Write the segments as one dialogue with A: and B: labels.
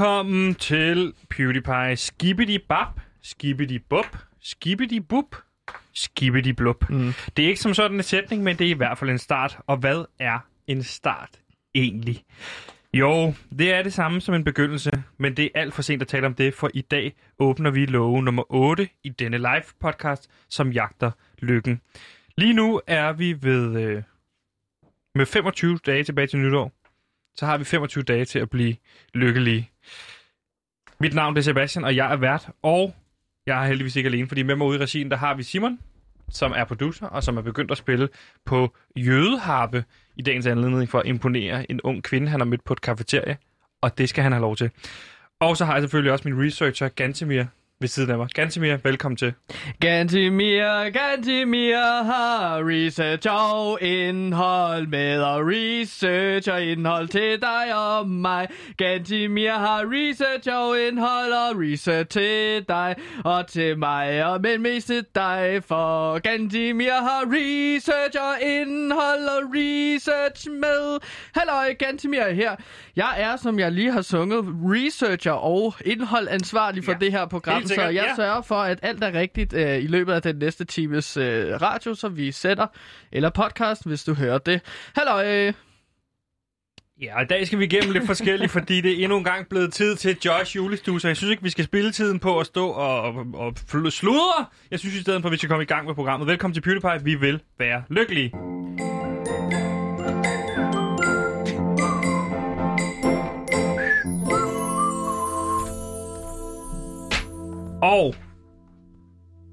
A: Velkommen til PewDiePie Skibidi Bab, Skibidi Bub, Skibidi Bub, Skibidi Blub. Mm. Det er ikke som sådan en sætning, men det er i hvert fald en start. Og hvad er en start egentlig? Jo, det er det samme som en begyndelse, men det er alt for sent at tale om det, for i dag åbner vi love nummer 8 i denne live podcast, som jagter lykken. Lige nu er vi ved øh, med 25 dage tilbage til nytår så har vi 25 dage til at blive lykkelige. Mit navn er Sebastian, og jeg er vært, og jeg er heldigvis ikke alene, fordi med mig ude i regien, der har vi Simon, som er producer, og som er begyndt at spille på jødeharpe i dagens anledning for at imponere en ung kvinde, han har mødt på et kafeterie, og det skal han have lov til. Og så har jeg selvfølgelig også min researcher, Gantemir, ved siden af mig. Gantemir, velkommen til.
B: Gantimir, Gantimir har research og indhold med og research og indhold til dig og mig. Gantimir har research og indhold og research til dig og til mig og men mest til dig, for Gantimir har research og indhold og research med. Halløj, Gantimir her. Jeg er, som jeg lige har sunget, researcher og indholdansvarlig for
A: Ja.
B: ja. det her program,
A: Helt
B: så
A: sikkert,
B: jeg
A: ja.
B: sørger for, at alt er rigtigt øh, i løbet af den næste times øh, radio, som vi sætter, eller podcast, hvis du hører det. Halløj!
A: Ja, og i dag skal vi igennem lidt forskelligt, fordi det er endnu en gang blevet tid til Josh julestue, så jeg synes ikke, vi skal spille tiden på at stå og, og, og fl- sludre. Jeg synes i stedet for, at vi skal komme i gang med programmet. Velkommen til PewDiePie. Vi vil være lykkelige. Og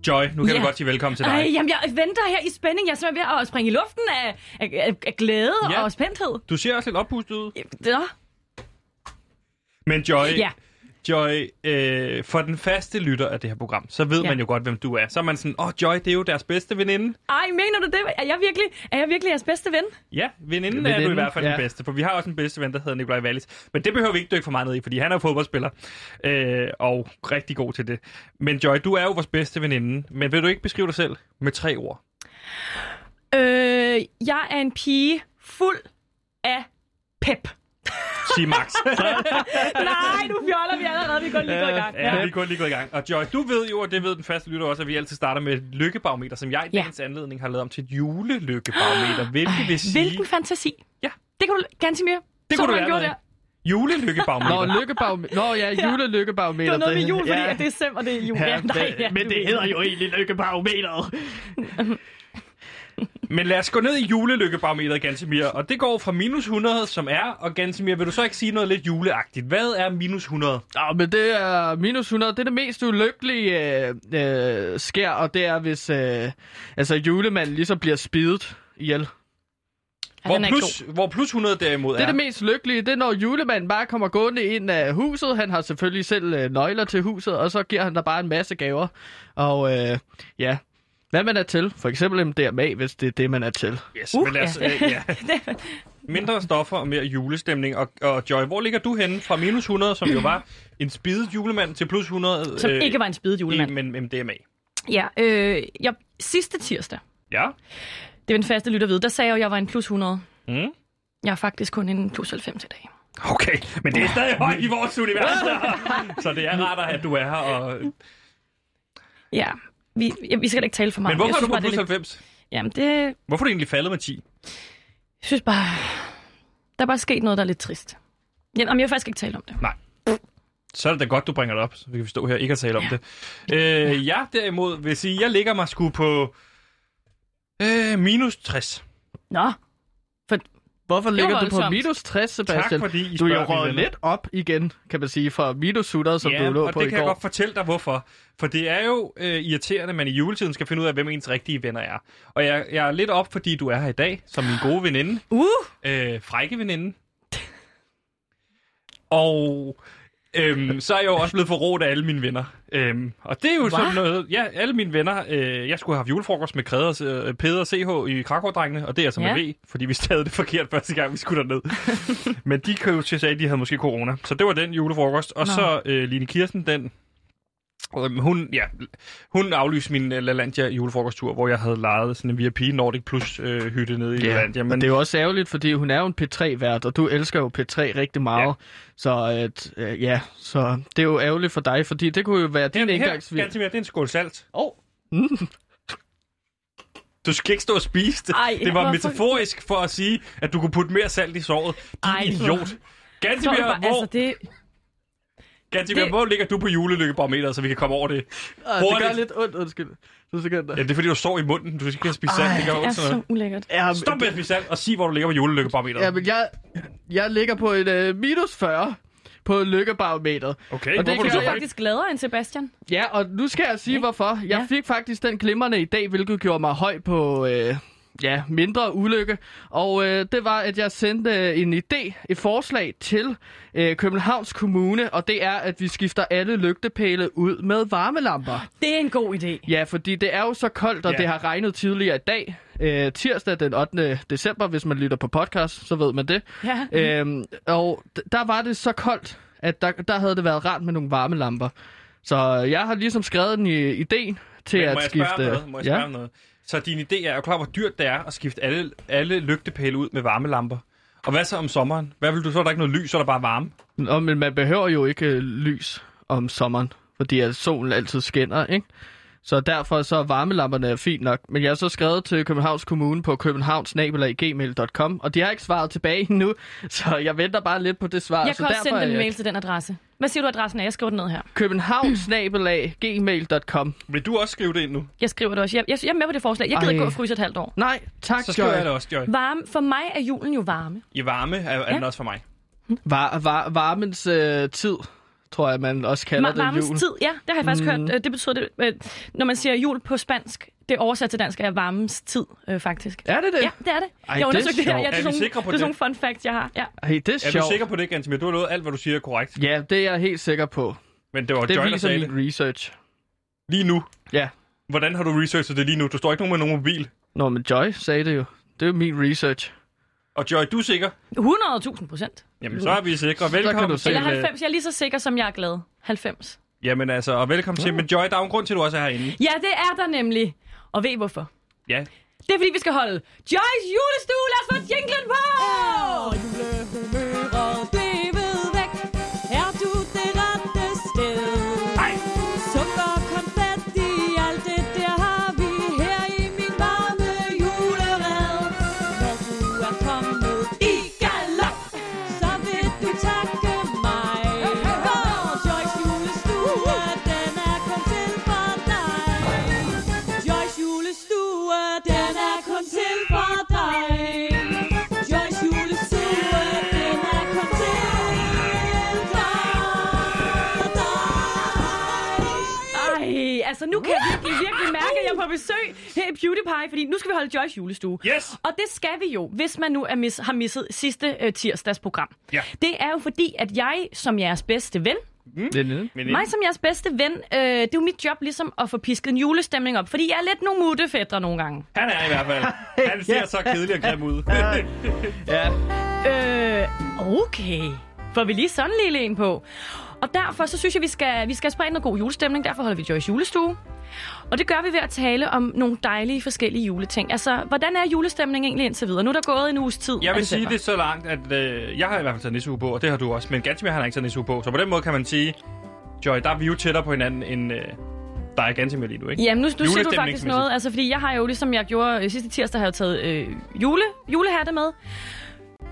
A: Joy, nu kan ja.
C: Ja.
A: du godt sige velkommen til dig.
C: Ej, jamen, jeg venter her i spænding. Jeg er simpelthen ved at springe i luften af, af, af, af glæde
A: Ja.
C: ja. og spændthed.
A: Du ser også lidt oppustet ud.
C: Nå,
A: Men Joy,
C: ja.
A: Joy, øh, for den faste lytter af det her program, så ved ja.
C: Ja.
A: man jo godt, hvem du er. Så er man sådan, åh, oh, Joy, det er jo deres bedste veninde.
C: Ej, mener du det? Er jeg virkelig, er jeg virkelig jeres bedste ven?
A: Ja, veninden er du i
B: Veninden,
A: hvert fald ja.
B: ja.
A: den bedste, for vi har også en bedste ven, der hedder Nikolaj Wallis. Men det behøver vi ikke dykke for meget ned i, fordi han er jo fodboldspiller, øh, og rigtig god til det. Men Joy, du er jo vores bedste veninde, men vil du ikke beskrive dig selv med tre ord?
C: Øh, jeg er en pige fuld af pep.
A: Sig Max.
C: Nej, nu fjoller vi allerede. Vi går lige gået i gang.
A: Ja,
C: Ja.
A: vi er kun lige gået i gang. Og Joy, du ved jo, og det ved den faste lytter også, at vi altid starter med et lykkebarometer, som jeg i
C: Ja.
A: dagens anledning har lavet om til et julelykkebarometer, hvilket vil sige...
C: Hvilken fantasi.
A: Ja.
C: Det kunne du ganske mere.
A: Det
C: så
A: kunne du
C: man
A: lære
C: gjorde
A: noget
C: der.
A: af. Julelykkebarometer.
B: Nå, lykkebag... Nå ja, julelykkebarometer.
C: Det var noget med jul, fordi ja. det er december, det er jul. Ja, nej, ja, du ved.
B: jo egentlig lykkebarometeret.
A: Men lad os gå ned i julelykkebarometeret, Gansimir. Og det går fra minus 100, som er. Og Gansimir, vil du så ikke sige noget lidt juleagtigt? Hvad er minus 100?
B: Nå, men det er minus 100. Det er det mest ulykkelige øh, øh, sker, og det er, hvis øh, altså, julemanden ligesom bliver spidet ihjel. Det
C: Ja,
A: Hvor
C: den er ikke
A: plus, hvor plus 100 derimod
B: er
A: er.
B: det mest lykkelige, det er, når julemanden bare kommer gående ind af huset. Han har selvfølgelig selv øh, nøgler til huset, og så giver han dig bare en masse gaver. Og øh, ja, hvad man er til. For eksempel en DMA, hvis det er det, man er til.
A: Yes,
C: Uh,
A: men lad os,
C: ja.
A: øh, ja. Mindre stoffer og mere julestemning. Og, og Joy, hvor ligger du henne fra minus 100, som jo var en spidet julemand, til plus 100?
C: god. Som ikke var en spidet julemand.
A: Men, men DMA.
C: Ja, øh, jeg, sidste tirsdag,
A: Ja.
C: Det er den faste lytter ved. Der sagde jeg, at jeg var en plus 100.
A: Mm.
C: Jeg er faktisk kun en plus 90 i dag.
A: Okay, men det er stadig højt i vores univers. Så det er rart at have, at du er her. Og...
C: Ja, vi, jeg, vi skal da ikke tale for meget.
A: Men hvorfor er
C: jeg
A: du på
C: bare, det
A: plus
C: er lidt-
A: 90?
C: Jamen, det...
A: Hvorfor er du egentlig faldet med 10?
C: Jeg synes bare... Der er bare sket noget, der er lidt trist. Jamen, jeg vil faktisk ikke tale om det.
A: Så er det da godt, du bringer det op, så vi kan stå her og ikke at tale om det. Øh, jeg derimod vil sige, jeg ligger mig sgu på øh, minus 60.
C: Nå,
B: Hvorfor
C: var
B: ligger du på
C: voldsomt.
B: minus 60,
A: Tak
B: Sebastian?
A: fordi I
B: Du er
A: spørger, mine
B: jo røget
A: venner.
B: lidt op igen, kan man sige, fra minus 100, som
A: Ja,
B: du lå
A: og
B: på
A: det
B: i
A: kan jeg
B: går.
A: godt fortælle dig, hvorfor. For det er jo øh, irriterende, at man i juletiden skal finde ud af, hvem ens rigtige venner er. Og jeg, jeg er lidt op, fordi du er her i dag, som min gode veninde.
C: uh!
A: Øh, frække veninde. Og øhm, så er jeg jo også blevet forrådt af alle mine venner. Øhm, og det er jo Hva? sådan noget... Ja, alle mine venner... Øh, jeg skulle have haft julefrokost med Kreders, øh, Peder og CH i Krakow-drengene, og det er altså ja. med
C: Ja.
A: V, fordi vi stavede det forkert første gang, vi skulle derned. Men de kan jo til at sige, at de havde måske corona. Så det var den julefrokost. Og Nå. så
C: Nå.
A: øh, Line Kirsten, den Øhm, Hun, ja, hun aflyste min øh, LaLandia julefrokosttur, hvor jeg havde lejet sådan en VIP Nordic Plus øh, hytte nede i yeah, LaLandia.
B: men... og det er jo også ærgerligt, fordi hun er jo en P3-vært, og du elsker jo P3 rigtig meget. Ja. Så at, øh, ja, så det er jo ærgerligt for dig, fordi det kunne jo være din
A: her, her,
B: indgangsvinkel.
A: ganske mere, det er en skål salt.
B: Åh,
A: Du skal ikke stå og spise det.
C: Ej,
A: det var
C: hvorfor-
A: metaforisk for at sige, at du kunne putte mere salt i såret. Din
C: Ej,
A: idiot.
C: Så er det
A: Gantemir,
C: bare,
A: hvor,
C: altså, det,
A: Gantemir,
C: altså, det-
A: hvor ligger du på julelykkebarometeret, så vi kan komme over det?
B: øh, det
A: Hurtigt.
B: gør lidt ondt, undskyld. Du skal
A: Ja, det er fordi, du står i munden. Du skal ikke have spist salt. Det gør
C: det
A: ondt
C: er
A: sådan
C: så
A: noget.
C: ulækkert.
B: Ja, men-
A: Stop med at spise salt og sig, hvor du ligger på julelykkebarometeret.
B: Ja, men jeg, jeg ligger på et øh, minus 40 på lykkebarometeret.
A: Okay,
B: og det
A: hvorfor
B: kan
A: du
C: Du
A: så
C: er
B: jeg,
C: faktisk gladere end Sebastian.
B: Ja, og nu skal jeg sige, hvorfor. Jeg
C: Ja.
B: fik faktisk den glimrende i dag, hvilket gjorde mig høj på øh, ja, mindre ulykke. Og øh, det var, at jeg sendte øh, en idé, et forslag til øh, Københavns Kommune, og det er, at vi skifter alle lygtepæle ud med varmelamper.
C: Det er en god idé.
B: Ja, fordi det er jo så koldt, og
A: Ja.
B: ja. det har regnet tidligere i dag. Øh, tirsdag den 8. december, hvis man lytter på podcast, så ved man det.
A: Mhm. Øh,
C: Ja.
B: Øhm, og d- der var det så koldt, at der, der havde det været rart med nogle varmelamper. Så jeg har ligesom skrevet en i- idé til
A: Men
B: at
A: må jeg
B: skifte...
A: spørge om noget? Må jeg spørge om noget? Så din idé er, er jo klar, hvor dyrt det er at skifte alle, alle lygtepæle ud med varmelamper. Og hvad så om sommeren? Hvad vil du så? Er der ikke noget lys, så er der bare varme.
B: ja? Nå, men man behøver jo ikke øh, lys om sommeren, fordi at solen altid skinner, ikke? Så derfor så er varmelamperne er fint nok. Men jeg har så skrevet til Københavns Kommune på københavnsnabelag.gmail.com, og de har ikke svaret tilbage endnu, så jeg venter bare lidt på det svar.
C: Jeg
A: altså,
B: så
C: kan også
B: derfor
C: sende
B: er
C: dem en
B: jeg-
C: mail til den adresse. Hvad siger du adressen er? Jeg skriver den ned her.
B: københavnsnabelag.gmail.com.
A: Vil du også skrive det ind nu?
C: Jeg skriver det også. Jeg, jeg, jeg er med på det forslag. Jeg gider
B: Ej.
C: ikke gå og fryse et halvt år.
B: Nej, tak,
A: Så skriver
B: Joy.
A: jeg det også, Joy.
C: Varme. For mig er julen jo varme.
A: I varme er, er den også for mig.
B: Var, var, varmens øh, tid, tror jeg, man også kalder
C: Var- varmens
B: det Mm. jul.
C: tid, ja, det har jeg faktisk hørt. Øh, Det betyder, det, øh, når man siger jul på spansk, det oversat til dansk er varmens tid, øh, faktisk.
B: Er det det?
C: Ja, det er det.
B: Ej, det
C: jeg
B: er
C: undersøgte det her.
B: sjovt.
C: Ja,
A: Er
C: det
A: vi
C: er, sådan,
A: sikre på
C: det er sådan
A: det?
C: nogle fun facts, jeg har. Ja.
B: Ej, det er
A: Er
B: sjovt.
A: du sikker på det, Gantemir? Du har lovet alt, hvad du siger er korrekt.
B: Ja, det er jeg helt sikker på.
A: Men det var
B: Det
A: Joy, der
B: viser
A: sagde
B: min
A: det.
B: research.
A: Lige nu.
B: Ja.
A: Hvordan har du researchet det lige nu? Du står ikke nogen med nogen mobil.
B: Nå, men Joy sagde det jo. Det er jo min research.
A: Og Joy, du er sikker?
C: 100.000 procent.
A: Jamen, så er vi sikre. Velkommen
B: kan du se.
A: til...
C: Eller
B: Eller-
C: 90. Jeg er lige så sikker, som jeg er glad. 90.
A: øh, Jamen altså, og velkommen til. Men Joy, der er jo en grund til, at du også er herinde.
C: Ja, det er der nemlig. Og ved I hvorfor?
A: Ja.
C: Det er fordi, vi skal holde Joyce julestue. Lad os få jinglen på!
D: humøret blevet væk Er du det rette sted? Hej! Sukker, konfetti, alt det der har vi her i min varme julered Når du er kommet i galop Så vil du takke mig For Joyce julestue, den er kun til for dig Joyce julestue, den er kun til for dig. Joyce julestue, den er kun til for dig.
C: Ej, altså nu kan jeg virkelig, virkelig mærke, at jeg er på besøg her i PewDiePie, fordi nu skal vi holde Joyce julestue.
A: Yes!
C: Og det skal vi jo, hvis man nu er mis- har misset sidste øh, tirsdags program.
A: Ja.
C: Det er jo fordi, at jeg som jeres bedste ven,
B: Mm.
A: Men
C: mig som jeres bedste ven, øh, det er jo mit job ligesom at få pisket en julestemning op, fordi jeg er lidt nogle muttefædre nogle gange.
A: han er i hvert fald. Han ser så kedelig og grim ud.
B: Ja.
C: Øh, okay. Får vi lige sådan en lille en på. Og derfor så synes jeg, vi skal, vi skal sprede noget god julestemning. Derfor holder vi Joyce julestue. Og det gør vi ved at tale om nogle dejlige forskellige juleting. Altså, hvordan er julestemningen egentlig indtil videre? Nu er der gået en uges tid.
A: Jeg
C: af
A: vil sige
C: december.
A: det er så langt, at øh, jeg har i hvert fald taget nissehue på, og det har du også. Men Gantemir han har ikke taget nissehue på. Så på den måde kan man sige, Joy, der er vi jo tættere på hinanden, end øh, der er Gantemir lige nu, ikke?
C: Jamen, nu, nu siger du faktisk
A: Julestemningsmæssigt.
C: noget, altså, fordi jeg har jo, ligesom jeg gjorde øh, sidste tirsdag, har jeg taget øh, jule, julehatte med.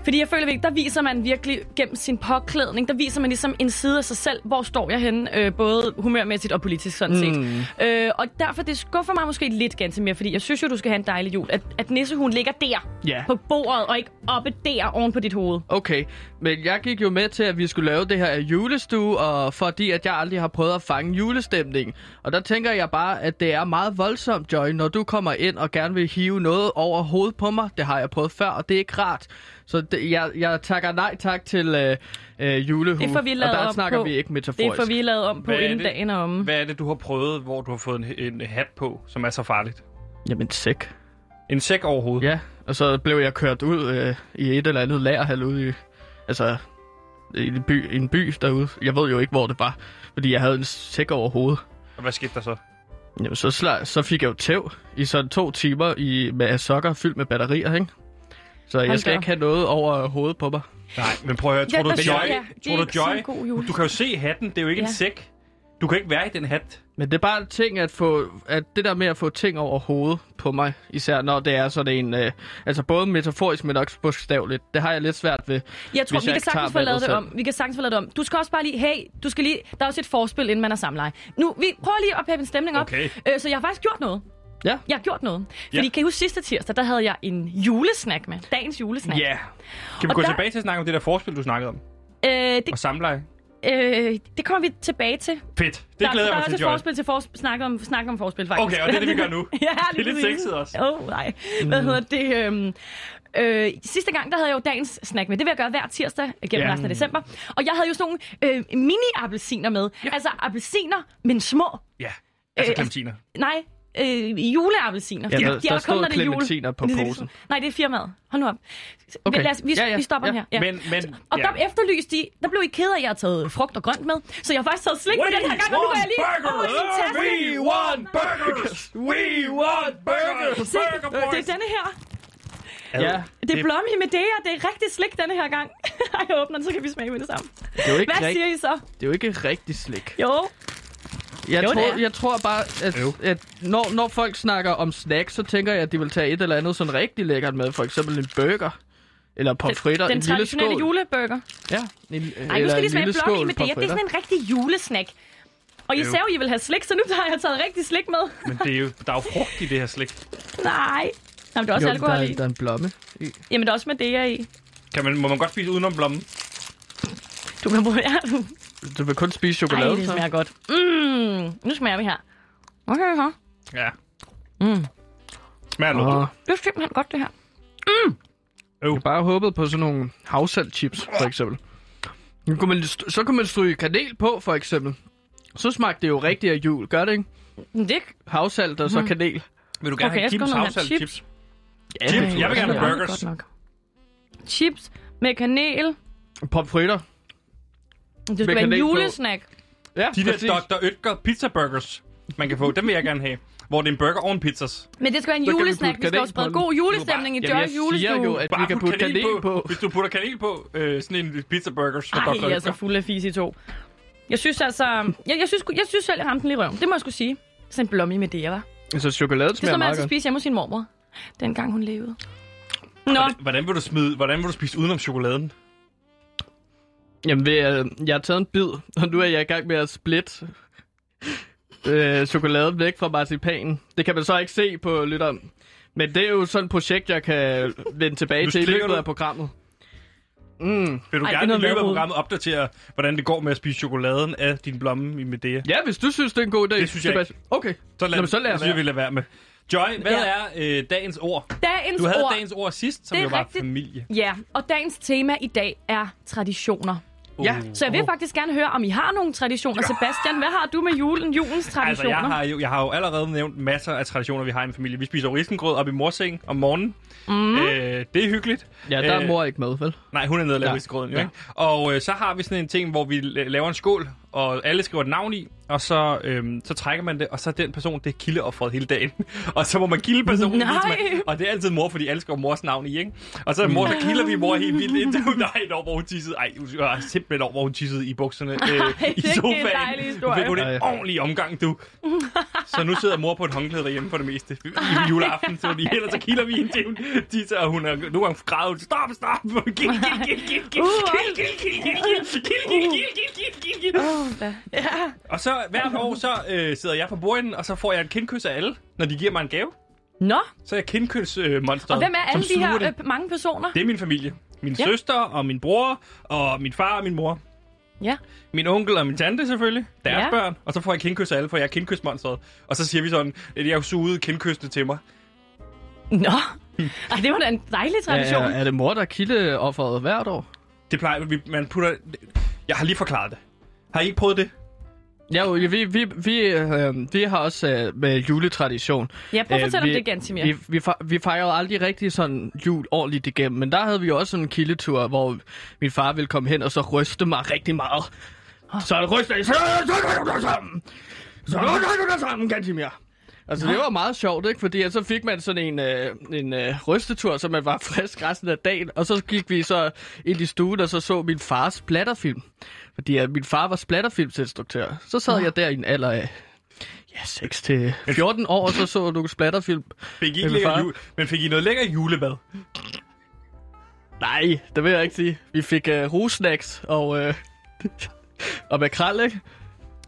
C: Fordi jeg føler, at der viser man virkelig gennem sin påklædning, der viser man ligesom en side af sig selv, hvor står jeg henne, øh, både humørmæssigt og politisk sådan set. Mm. Øh, og derfor, det skuffer mig måske lidt ganske mere, fordi jeg synes jo, du skal have en dejlig jul, at, at nissehuen ligger der
B: Ja.
C: på bordet, og ikke oppe der oven på dit hoved.
B: Okay, men jeg gik jo med til, at vi skulle lave det her julestue, og fordi at jeg aldrig har prøvet at fange julestemningen. Og der tænker jeg bare, at det er meget voldsomt, Joy, når du kommer ind og gerne vil hive noget over hovedet på mig. Det har jeg prøvet før, og det er ikke rart. Så det, jeg, jeg takker nej tak til øh, øh, julehue.
C: Det får vi
B: og
C: lavet
B: der
C: om
B: snakker
C: på.
B: vi ikke metaforisk.
C: Det får vi lavet om på,
A: Hvad er
C: inden
A: det?
C: dagen er omme.
A: Hvad er det, du har prøvet, hvor du har fået en, en hat på, som er så farligt?
B: Jamen, sæk.
A: En sæk over hovedet.
B: Ja, og så blev jeg kørt ud øh, i et eller andet lagerhal ude i, altså, i en by, en by derude. Jeg ved jo ikke, hvor det var, fordi jeg havde en sæk over hovedet.
A: Og hvad skete der så?
B: Jamen, så, slag, så fik jeg jo tæv i sådan to timer i, med sokker fyldt med batterier, ikke? Så jeg
C: Hold
B: skal
C: da.
B: ikke have noget over hovedet på mig.
A: Nej, men prøv at høre. Tror
C: Ja,
A: du,
C: der siger
A: Joy,
C: jeg, det er
A: tror du,
C: ikke sådan en god
A: Joy,
C: jul.
A: du kan jo se hatten. Det er jo ikke en
C: Ja.
A: sæk. Du kan ikke være i den hat.
B: Men det er bare en ting at få, at det der med at få ting over hovedet på mig, især når det er sådan en, øh, altså både metaforisk, men også bogstaveligt, det har jeg lidt svært ved.
C: Jeg tror,
B: Hvis
C: vi
B: jeg
C: kan
B: ikke tager
C: sagtens få lavet
B: valget
C: det
B: selv.
C: om. Vi kan sagtens få lavet det om. Du skal også bare lige, hey, du skal lige, der er også et forspil, inden man er samleje. Nu, vi prøver lige at peppe en stemning op.
A: Okay.
C: Øh, så jeg har faktisk gjort noget.
B: Ja.
C: Jeg har gjort noget.
A: Ja.
C: Fordi kan I huske sidste tirsdag, der havde jeg en julesnack med. Dagens julesnack.
A: Kan vi
C: Og
A: gå
C: der-
A: tilbage til at snakke om det der forspil, du snakkede om?
C: Øh,
A: Og
C: det,
A: samleje?
C: øh, det kommer vi tilbage til.
A: Fedt. Det glæder
C: der, der
A: jeg
C: er
A: mig
C: også
A: til,
C: et
A: Joy.
C: forspil til for, snak, om, snak om forspil, faktisk.
A: Okay, og det er det, vi gør nu.
C: ja,
A: Det er lidt
C: præcis.
A: sexet også. Mm.
C: Åh, oh, nej. Hvad hedder det? Øhm, øh, sidste gang, der havde jeg jo dagens snack med. Det vil jeg gøre hver tirsdag gennem
A: Ja.
C: ja. resten af december. Og jeg havde jo sådan nogle øh, mini-appelsiner med. Ja. Altså appelsiner, men små.
A: Ja. Altså
C: Øh,
A: klementiner.
C: Nej, øh, juleappelsiner.
B: Ja,
C: De-
B: der-
C: de er
B: der
C: kun,
B: stod
C: når det er jul.
B: clementiner på
C: Det er det,
B: posen.
C: Nej, det er firmaet. Hold nu op.
B: Okay.
C: Men lad os, vi,
B: Ja, ja,
C: vi stopper
B: ja.
C: her. Ja.
A: Men, men,
C: Og der efterlyste de, der blev I ked af, at jeg havde taget frugt og grønt med. Så jeg har faktisk taget slik med den her gang, og nu går jeg lige over i min taske.
A: want burgers! We want burgers!
C: Se, det er denne her.
B: Ja,
C: Det er blommi med det, og det er rigtig slik denne her gang. Ej, jeg åbner den, så kan vi smage med det samme.
B: det er jo ikke,
C: Hvad
B: rigt,
C: siger I så?
B: det er jo ikke rigtig slik.
C: Jo,
B: Jeg,
C: Jo, det
B: tror,
C: er.
B: jeg tror bare, at,
A: Øv.
B: at når, når folk snakker om snacks, så tænker jeg, at de vil tage et eller andet sådan rigtig lækkert med. For eksempel en burger, eller pomfritter, en
C: den
B: lille skål.
C: traditionelle juleburger.
B: Ja, en, øh,
C: Nej, nu
B: eller
C: skal
B: en
C: de smage
B: lille
C: blommi
B: skål
C: med det. Det er
B: pomfritter.
C: sådan en rigtig julesnack. Og I
A: Øv.
C: sagde jo, I ville have slik, så nu har jeg taget rigtig slik med.
A: Men det er jo, der er jo frugt i det her slik.
C: Nej. Jamen, der er også
B: Jo,
C: jo,
B: der,
C: alkohol
B: er,
C: i.
B: der er en blomme. i.
C: Jamen, der er også Madeira i.
A: Kan man, må man godt spise udenom blommen?
C: Du kan bruge her.
B: Du vil kun spise
C: Ej,
B: chokolade.
C: det
B: så.
C: smager godt. Mm, nu smager vi her. Okay, her.
A: Ja.
C: Mm.
A: Smager noget.
B: Åh,
C: Det er simpelthen godt, det her.
B: jeg bare håbet på sådan nogle havsaltchips, for eksempel. Nu kunne man, st- så kunne man stryge kanel på, for eksempel. Så smagte det jo rigtig af jul, gør det ikke?
C: Men det,
B: Havsalt og så
C: Mhm.
B: kanel.
A: Vil du gerne
C: Okay,
A: have
C: jeg skal
A: Kims
C: have nogle
A: havsalt
C: chips.
A: chips? Chips. Jeg vil gerne have
C: Ja,
A: burgers.
C: godt nok. Chips med kanel.
B: Pomfritter.
C: Det skal
B: Med
C: være en
B: kanel på.
C: julesnack.
B: Ja,
A: De
B: præcis.
A: der Dr. Ytger pizza burgers, man kan få, dem vil jeg gerne have. Hvor det er en burger og en pizzas.
C: Men det skal være en
B: Så kan vi
C: julesnack.
B: putte
C: Vi skal
B: kanel
C: også sprede
B: på den.
C: god julestemning i
B: Jamen,
C: Joy
B: jeg siger jo,
C: julestue.
B: at vi kan putte kanel, på.
A: Hvis du putter kanel på, øh, sådan en pizza burgers fra Dr.
C: Ej, altså, jeg er så
A: Ytger.
C: fuld af fis i to. Jeg synes altså... Jeg, jeg, synes, sgu- jeg synes selv, jeg ramte den lige i røven. Det må jeg skulle sige. Sådan en blommi med det, var.
B: Altså, chokolade
C: Det
B: smager
C: som man
B: meget
C: altid
B: godt.
C: spiste hjemme hos sin mormor, dengang hun levede. Nå,
A: Hvordan vil du smide, hvordan vil du spise udenom chokoladen?
B: Jamen, ved, øh, jeg har taget en bid, og nu er jeg i gang med at splitte øh, chokoladen væk fra marcipanen. Det kan man så ikke se på lytteren. Men det er jo sådan et projekt, jeg kan vende tilbage
A: Nu
B: til i
A: slikker
B: løbet
A: du.
B: af programmet. Mm.
A: Vil du
C: Ej,
A: Ej,
C: det er
A: gerne i
C: noget
A: løbet af
C: madrod.
A: programmet opdatere, hvordan det går med at spise chokoladen af din blomme i Medea?
B: Ja, hvis du synes, det er en god idé.
A: Det synes jeg
B: Sebastian. Okay.
A: Så lad,
B: Nå, men så lad
A: jeg
B: os
A: synes,
B: være.
A: vi lader være med. Joy, hvad
C: Ja.
A: er øh, dagens ord?
C: dagens
A: Du havde
C: ord.
A: dagens ord sidst, som
C: Det er
A: jo var
C: rigtigt.
A: familie.
C: Ja, og dagens tema i dag er traditioner.
B: Ja.
C: Så jeg vil faktisk gerne høre, om I har nogle traditioner. Sebastian, hvad har du med julen, julens
A: Altså,
C: traditioner?
A: jeg har, jo, jeg har jo allerede nævnt masser af traditioner, vi har i en familie. Vi spiser jo risengrød op i morseng om morgenen. Mm. Øh, det er hyggeligt.
B: Ja, der er
A: Øh,
B: mor ikke med, vel?
A: Nej, hun er nede og laver
B: Ja.
A: risengrøden, jo,
B: Ja.
A: ikke? Og øh, så har vi sådan en ting, hvor vi la- laver en skål, og alle skriver et navn i, og så, øhm, så trækker man det, og så er den person, det er kildeoffret hele dagen. og så må man kilde personen.
C: Nej.
A: indtil Man, og det er altid mor, fordi alle skriver mors navn i, ikke? Og så er mor, så kilder vi mor helt vildt, indtil hun er et år, hvor hun tissede. Ej, hun var simpelthen over, hvor hun tissede i bukserne øh, i
C: det er en
A: sofaen.
C: dejlig
A: Nu
C: historie.
A: fik hun en
B: Ej.
A: ordentlig omgang, du. så nu sidder mor på et håndklæde derhjemme for det meste i juleaften, så de, ellers så kilder vi indtil hun tisser, og hun er nogle gange græder. hun, Stop, stop, kild, kild, kild, kild, kild. Og så hvert år, så øh, sidder jeg på bordenden, og så får jeg en kindkys af alle, når de giver mig en gave.
C: Nå,
A: Så er jeg kindkys øh, monster.
C: og hvem er alle de her øh, mange personer?
A: Det er min familie. Min
C: Ja.
A: ja. søster og min bror og min far og min mor.
C: Ja.
A: Min onkel og min tante selvfølgelig, deres
C: Ja.
A: ja. børn. Og så får jeg kindkys af alle, for jeg er kindkysmonstret. Og så siger vi sådan, at jeg sugede kindkysene til mig.
C: Nå, Ej, det var da en dejlig tradition.
B: Er, er det mor, der er kildeofferet hvert år?
A: Det plejer vi, man putter... Jeg har lige forklaret det. Har I ikke prøvet det?
B: Ja, jo, vi, vi, vi, øh, vi har også øh, med juletradition.
C: Ja, prøv at
B: Øh,
C: fortælle om
B: vi-
C: det, Gantimir.
B: Vi, vi, fe- vi fejrede aldrig rigtig sådan jul ordentligt igennem, men der havde vi jo også sådan en kildetur, hvor min far ville komme hen og så ryste mig rigtig meget. Så han ryster jeg. Så nu tager du dig sammen, Gantimir. Altså, det var meget sjovt, ikke? Fordi at så fik man sådan en, øh, en øh, rystetur, så man var frisk resten af dagen. Og så gik vi så ind i stuen, og så så min fars splatterfilm. Fordi at min far var splatterfilmsinstruktør. Så sad jeg der i en alder af ja, 6 til 14 år, og så så nogle splatterfilm.
A: Fik I
B: Med
A: ikke
B: min
A: lækker
B: far.
A: jul, men fik I noget lækker julebad?
B: Nej, det vil jeg ikke sige. Vi fik øh, rusnacks og, øh, og makrel, ikke?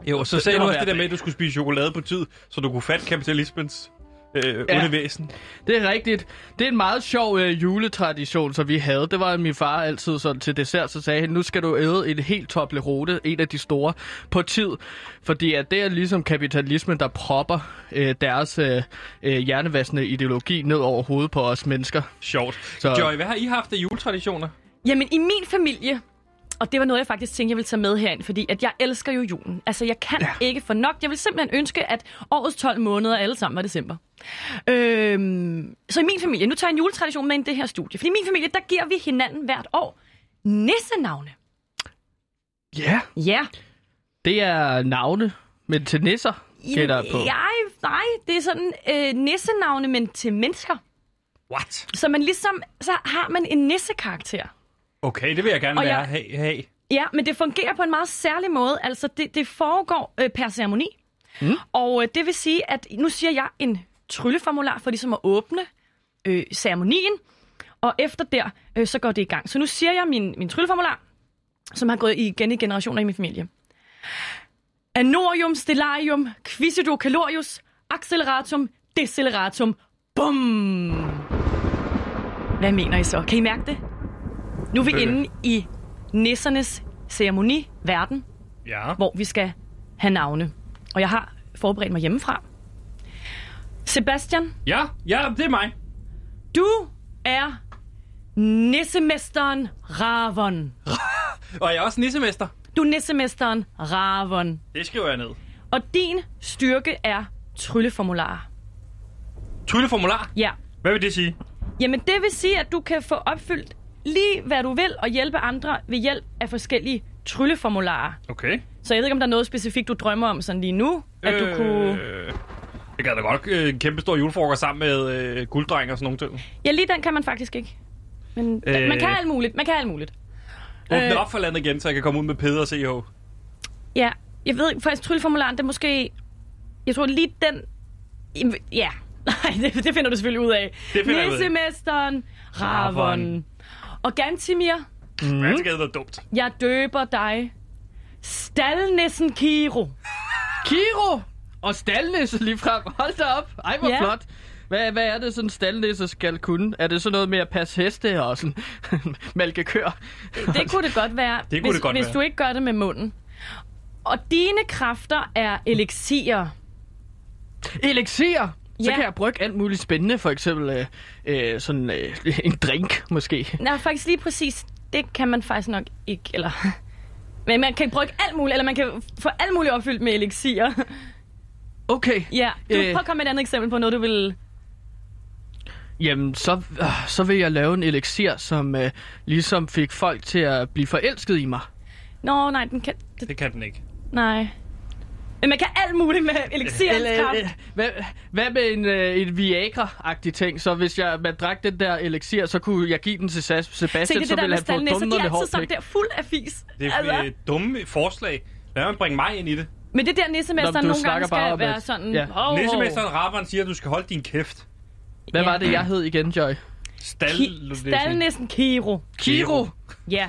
A: Jo, så sagde
B: det
A: du
B: var
A: også det
B: hver
A: der med, at du skulle spise chokolade på tid, så du kunne fatte kapitalismens øh,
B: Ja.
A: ja. undervæsen.
B: Det er rigtigt. Det er en meget sjov øh, juletradition, som vi havde. Det var at min far altid sådan til dessert, så sagde han, nu skal du æde en helt toblerone, en af de store, på tid. Fordi at det er ligesom kapitalismen, der propper øh, deres øh, øh, hjernevaskende ideologi ned over hovedet på os mennesker.
A: Sjovt.
B: Så-
A: Så... Joy, hvad har I haft af juletraditioner?
C: Jamen, i min familie, og det var noget, jeg faktisk tænkte, jeg ville tage med herind, fordi at jeg elsker jo julen. Altså, jeg kan ja. ikke for nok. Jeg vil simpelthen ønske, at årets 12 måneder alle sammen var december. Øhm, så i min familie, nu tager jeg en juletradition med ind i det her studie, fordi i min familie, der giver vi hinanden hvert år nissenavne.
B: Ja, yeah.
C: Ja.
B: det er navne, men til nisser gætter jeg på.
C: Jeg, nej, det er sådan øh, nissenavne, men til mennesker.
A: What?
C: Så man ligesom, så har man en nissekarakter.
A: Okay, det vil jeg gerne
C: Og
A: være.
C: jeg-
A: Hey, hey.
C: Ja, men det fungerer på en meget særlig måde. Altså, det, det foregår øh, per ceremoni. Mm. Og øh, det vil sige, at nu siger jeg en trylleformular for ligesom at åbne øh, ceremonien. Og efter der, øh, så går det i gang. Så nu siger jeg min, min trylleformular, som har gået igen i generationer i min familie. Anorium, stellarium, quisido calorius, acceleratum, deceleratum, bum! Hvad mener I så? Kan I mærke det? Nu er vi inde i nissernes ceremoniverden,
A: Ja.
C: hvor vi skal have navne. Og jeg har forberedt mig hjemmefra. Sebastian,
A: ja, ja, det er mig.
C: du er nissemesteren Ravon.
A: Og jeg er også nissemester.
C: Du er nissemesteren Ravon.
A: Det skriver jeg ned.
C: Og din styrke er trylleformularer.
A: Trylleformular.
C: Ja.
A: Hvad vil det sige?
C: Jamen, det vil sige, at du kan få opfyldt lige hvad du vil, og hjælpe andre ved hjælp af forskellige trylleformularer.
A: Okay.
C: Så jeg ved ikke, om der er noget specifikt, du drømmer om sådan lige nu, at du
A: Øh.
C: kunne...
A: Jeg gad da godt øh, en kæmpe stor julefrokost sammen med øh, gulddreng og sådan nogle ting.
C: Ja, lige den kan man faktisk ikke. Men øh...
A: Øh.
C: man kan alt muligt. Man kan alt muligt.
A: Åbne
C: Øh.
A: øh... op for landet igen, så jeg kan komme ud med Peder og Mm-hmm. CH.
C: Ja, jeg ved ikke, faktisk trylleformularen, det er måske... Jeg tror lige den... Ja, nej, det, det finder du selvfølgelig ud af.
A: Det finder jeg ud af.
C: Nissemesteren, Ravon.
A: Ravn.
C: Og Gantimir,
A: Mm. Jeg skal noget dumt.
C: jeg døber dig. Stalnissen Kiro.
B: Kiro og staldnisse ligefrem. Hold da op. Ej, hvor
C: Ja.
B: yeah. flot. Hvad, hvad er det, sådan en staldnisse skal kunne? Er det sådan noget med at passe heste og sådan malke køer?
C: Det kunne det godt være,
A: kunne
C: hvis,
A: det godt
C: hvis
A: være.
C: du ikke gør det med munden. Og dine kræfter er elixier.
B: Elixir! Så
C: Ja.
B: kan jeg brygge alt muligt spændende, for eksempel øh, øh, sådan øh, en drink måske.
C: Nej, faktisk lige præcis. Det kan man faktisk nok ikke, eller... Men man kan bruge alt muligt, eller man kan få alt muligt opfyldt med elixier.
B: Okay,
C: ja, du
B: Øh.
C: øh. prøv at komme med et andet eksempel på noget, du vil...
B: jamen så, øh, så vil jeg lave en elixir, som øh, ligesom fik folk til at blive forelsket i mig.
C: Nå, nej, den kan... Det,
A: Det kan den ikke.
C: nej. Men man kan alt muligt med elixierens
B: Eller, øh,
C: kraft.
B: hvad, hvad med en, øh, en Viagra-agtig ting? Så hvis jeg man drak den der elixir, så kunne jeg give den til Sas- Sebastian,
C: Se, det er
B: så
C: det
B: ville
C: der med
B: han få
C: stalnæsser, de
B: dumnerne
C: er altid
B: hårdt.
C: sådan der fuld af fis.
A: Det er
C: altså.
A: altså... et dumme forslag. Lad mig bringe mig ind i det.
C: Men det der nissemester
B: Nå, men du
C: nogle gange
B: snakker bare
C: skal
B: om,
C: være
B: at-
C: sådan...
B: ja.
C: hov, hov.
A: Oh. Nissemesteren Ravern siger, at du skal holde din kæft.
B: Hvad
C: Ja.
B: var det, jeg hed igen, Joy?
A: Stal...
C: Ki- Stalnissen Kiro.
B: Kiro.
C: Ja.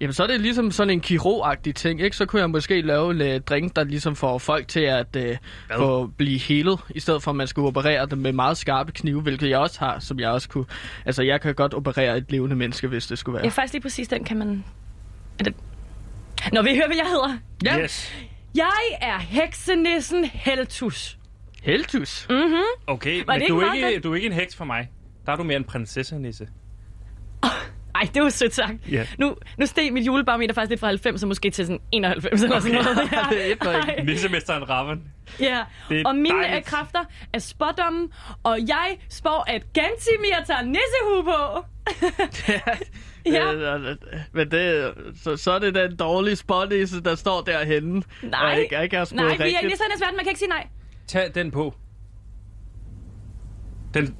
B: Jamen, så er det ligesom sådan en kiro-agtig ting, ikke? Så kunne jeg måske lave en øh, drink, der ligesom får folk til at øh, få blive helet, i stedet for at man skulle operere dem med meget skarpe knive, hvilket jeg også har, som jeg også kunne... Altså, jeg kan godt operere et levende menneske, hvis det skulle være.
C: Ja, faktisk lige præcis den kan man... Er det... Nå, vil I høre, hvad jeg hedder?
B: Ja, yes.
A: Yes.
C: Jeg er heksenissen Heltus. Mhm.
B: Heltus. Mm.
A: Okay,
C: det
A: men
C: ikke
A: du er,
C: meget
A: ikke,
C: godt?
A: du er ikke en heks for mig. Der er du mere en prinsesse, Nisse.
C: Ej, det var sødt sagt.
A: Ja.
C: Nu, nu steg mit julebarometer faktisk lidt fra 90, så måske til sådan 91 eller sådan noget.
B: Det er et point.
C: Ej,
A: Nissemesteren Ravern.
C: ja.
A: Det er
C: Og mine
A: dejligt.
C: dejligt. kræfter er spådommen, og jeg spår, at Gantimir tager nissehue på. Ja.
B: Øh, øh, men det, så, så er det den dårlige spånisse, der står derhenne.
C: Nej.
B: Og ikke, ikke har spået
C: Nej, vi er
B: rigtigt.
C: ikke i sandheds verden, man kan ikke sige nej.
A: Tag den på. Den,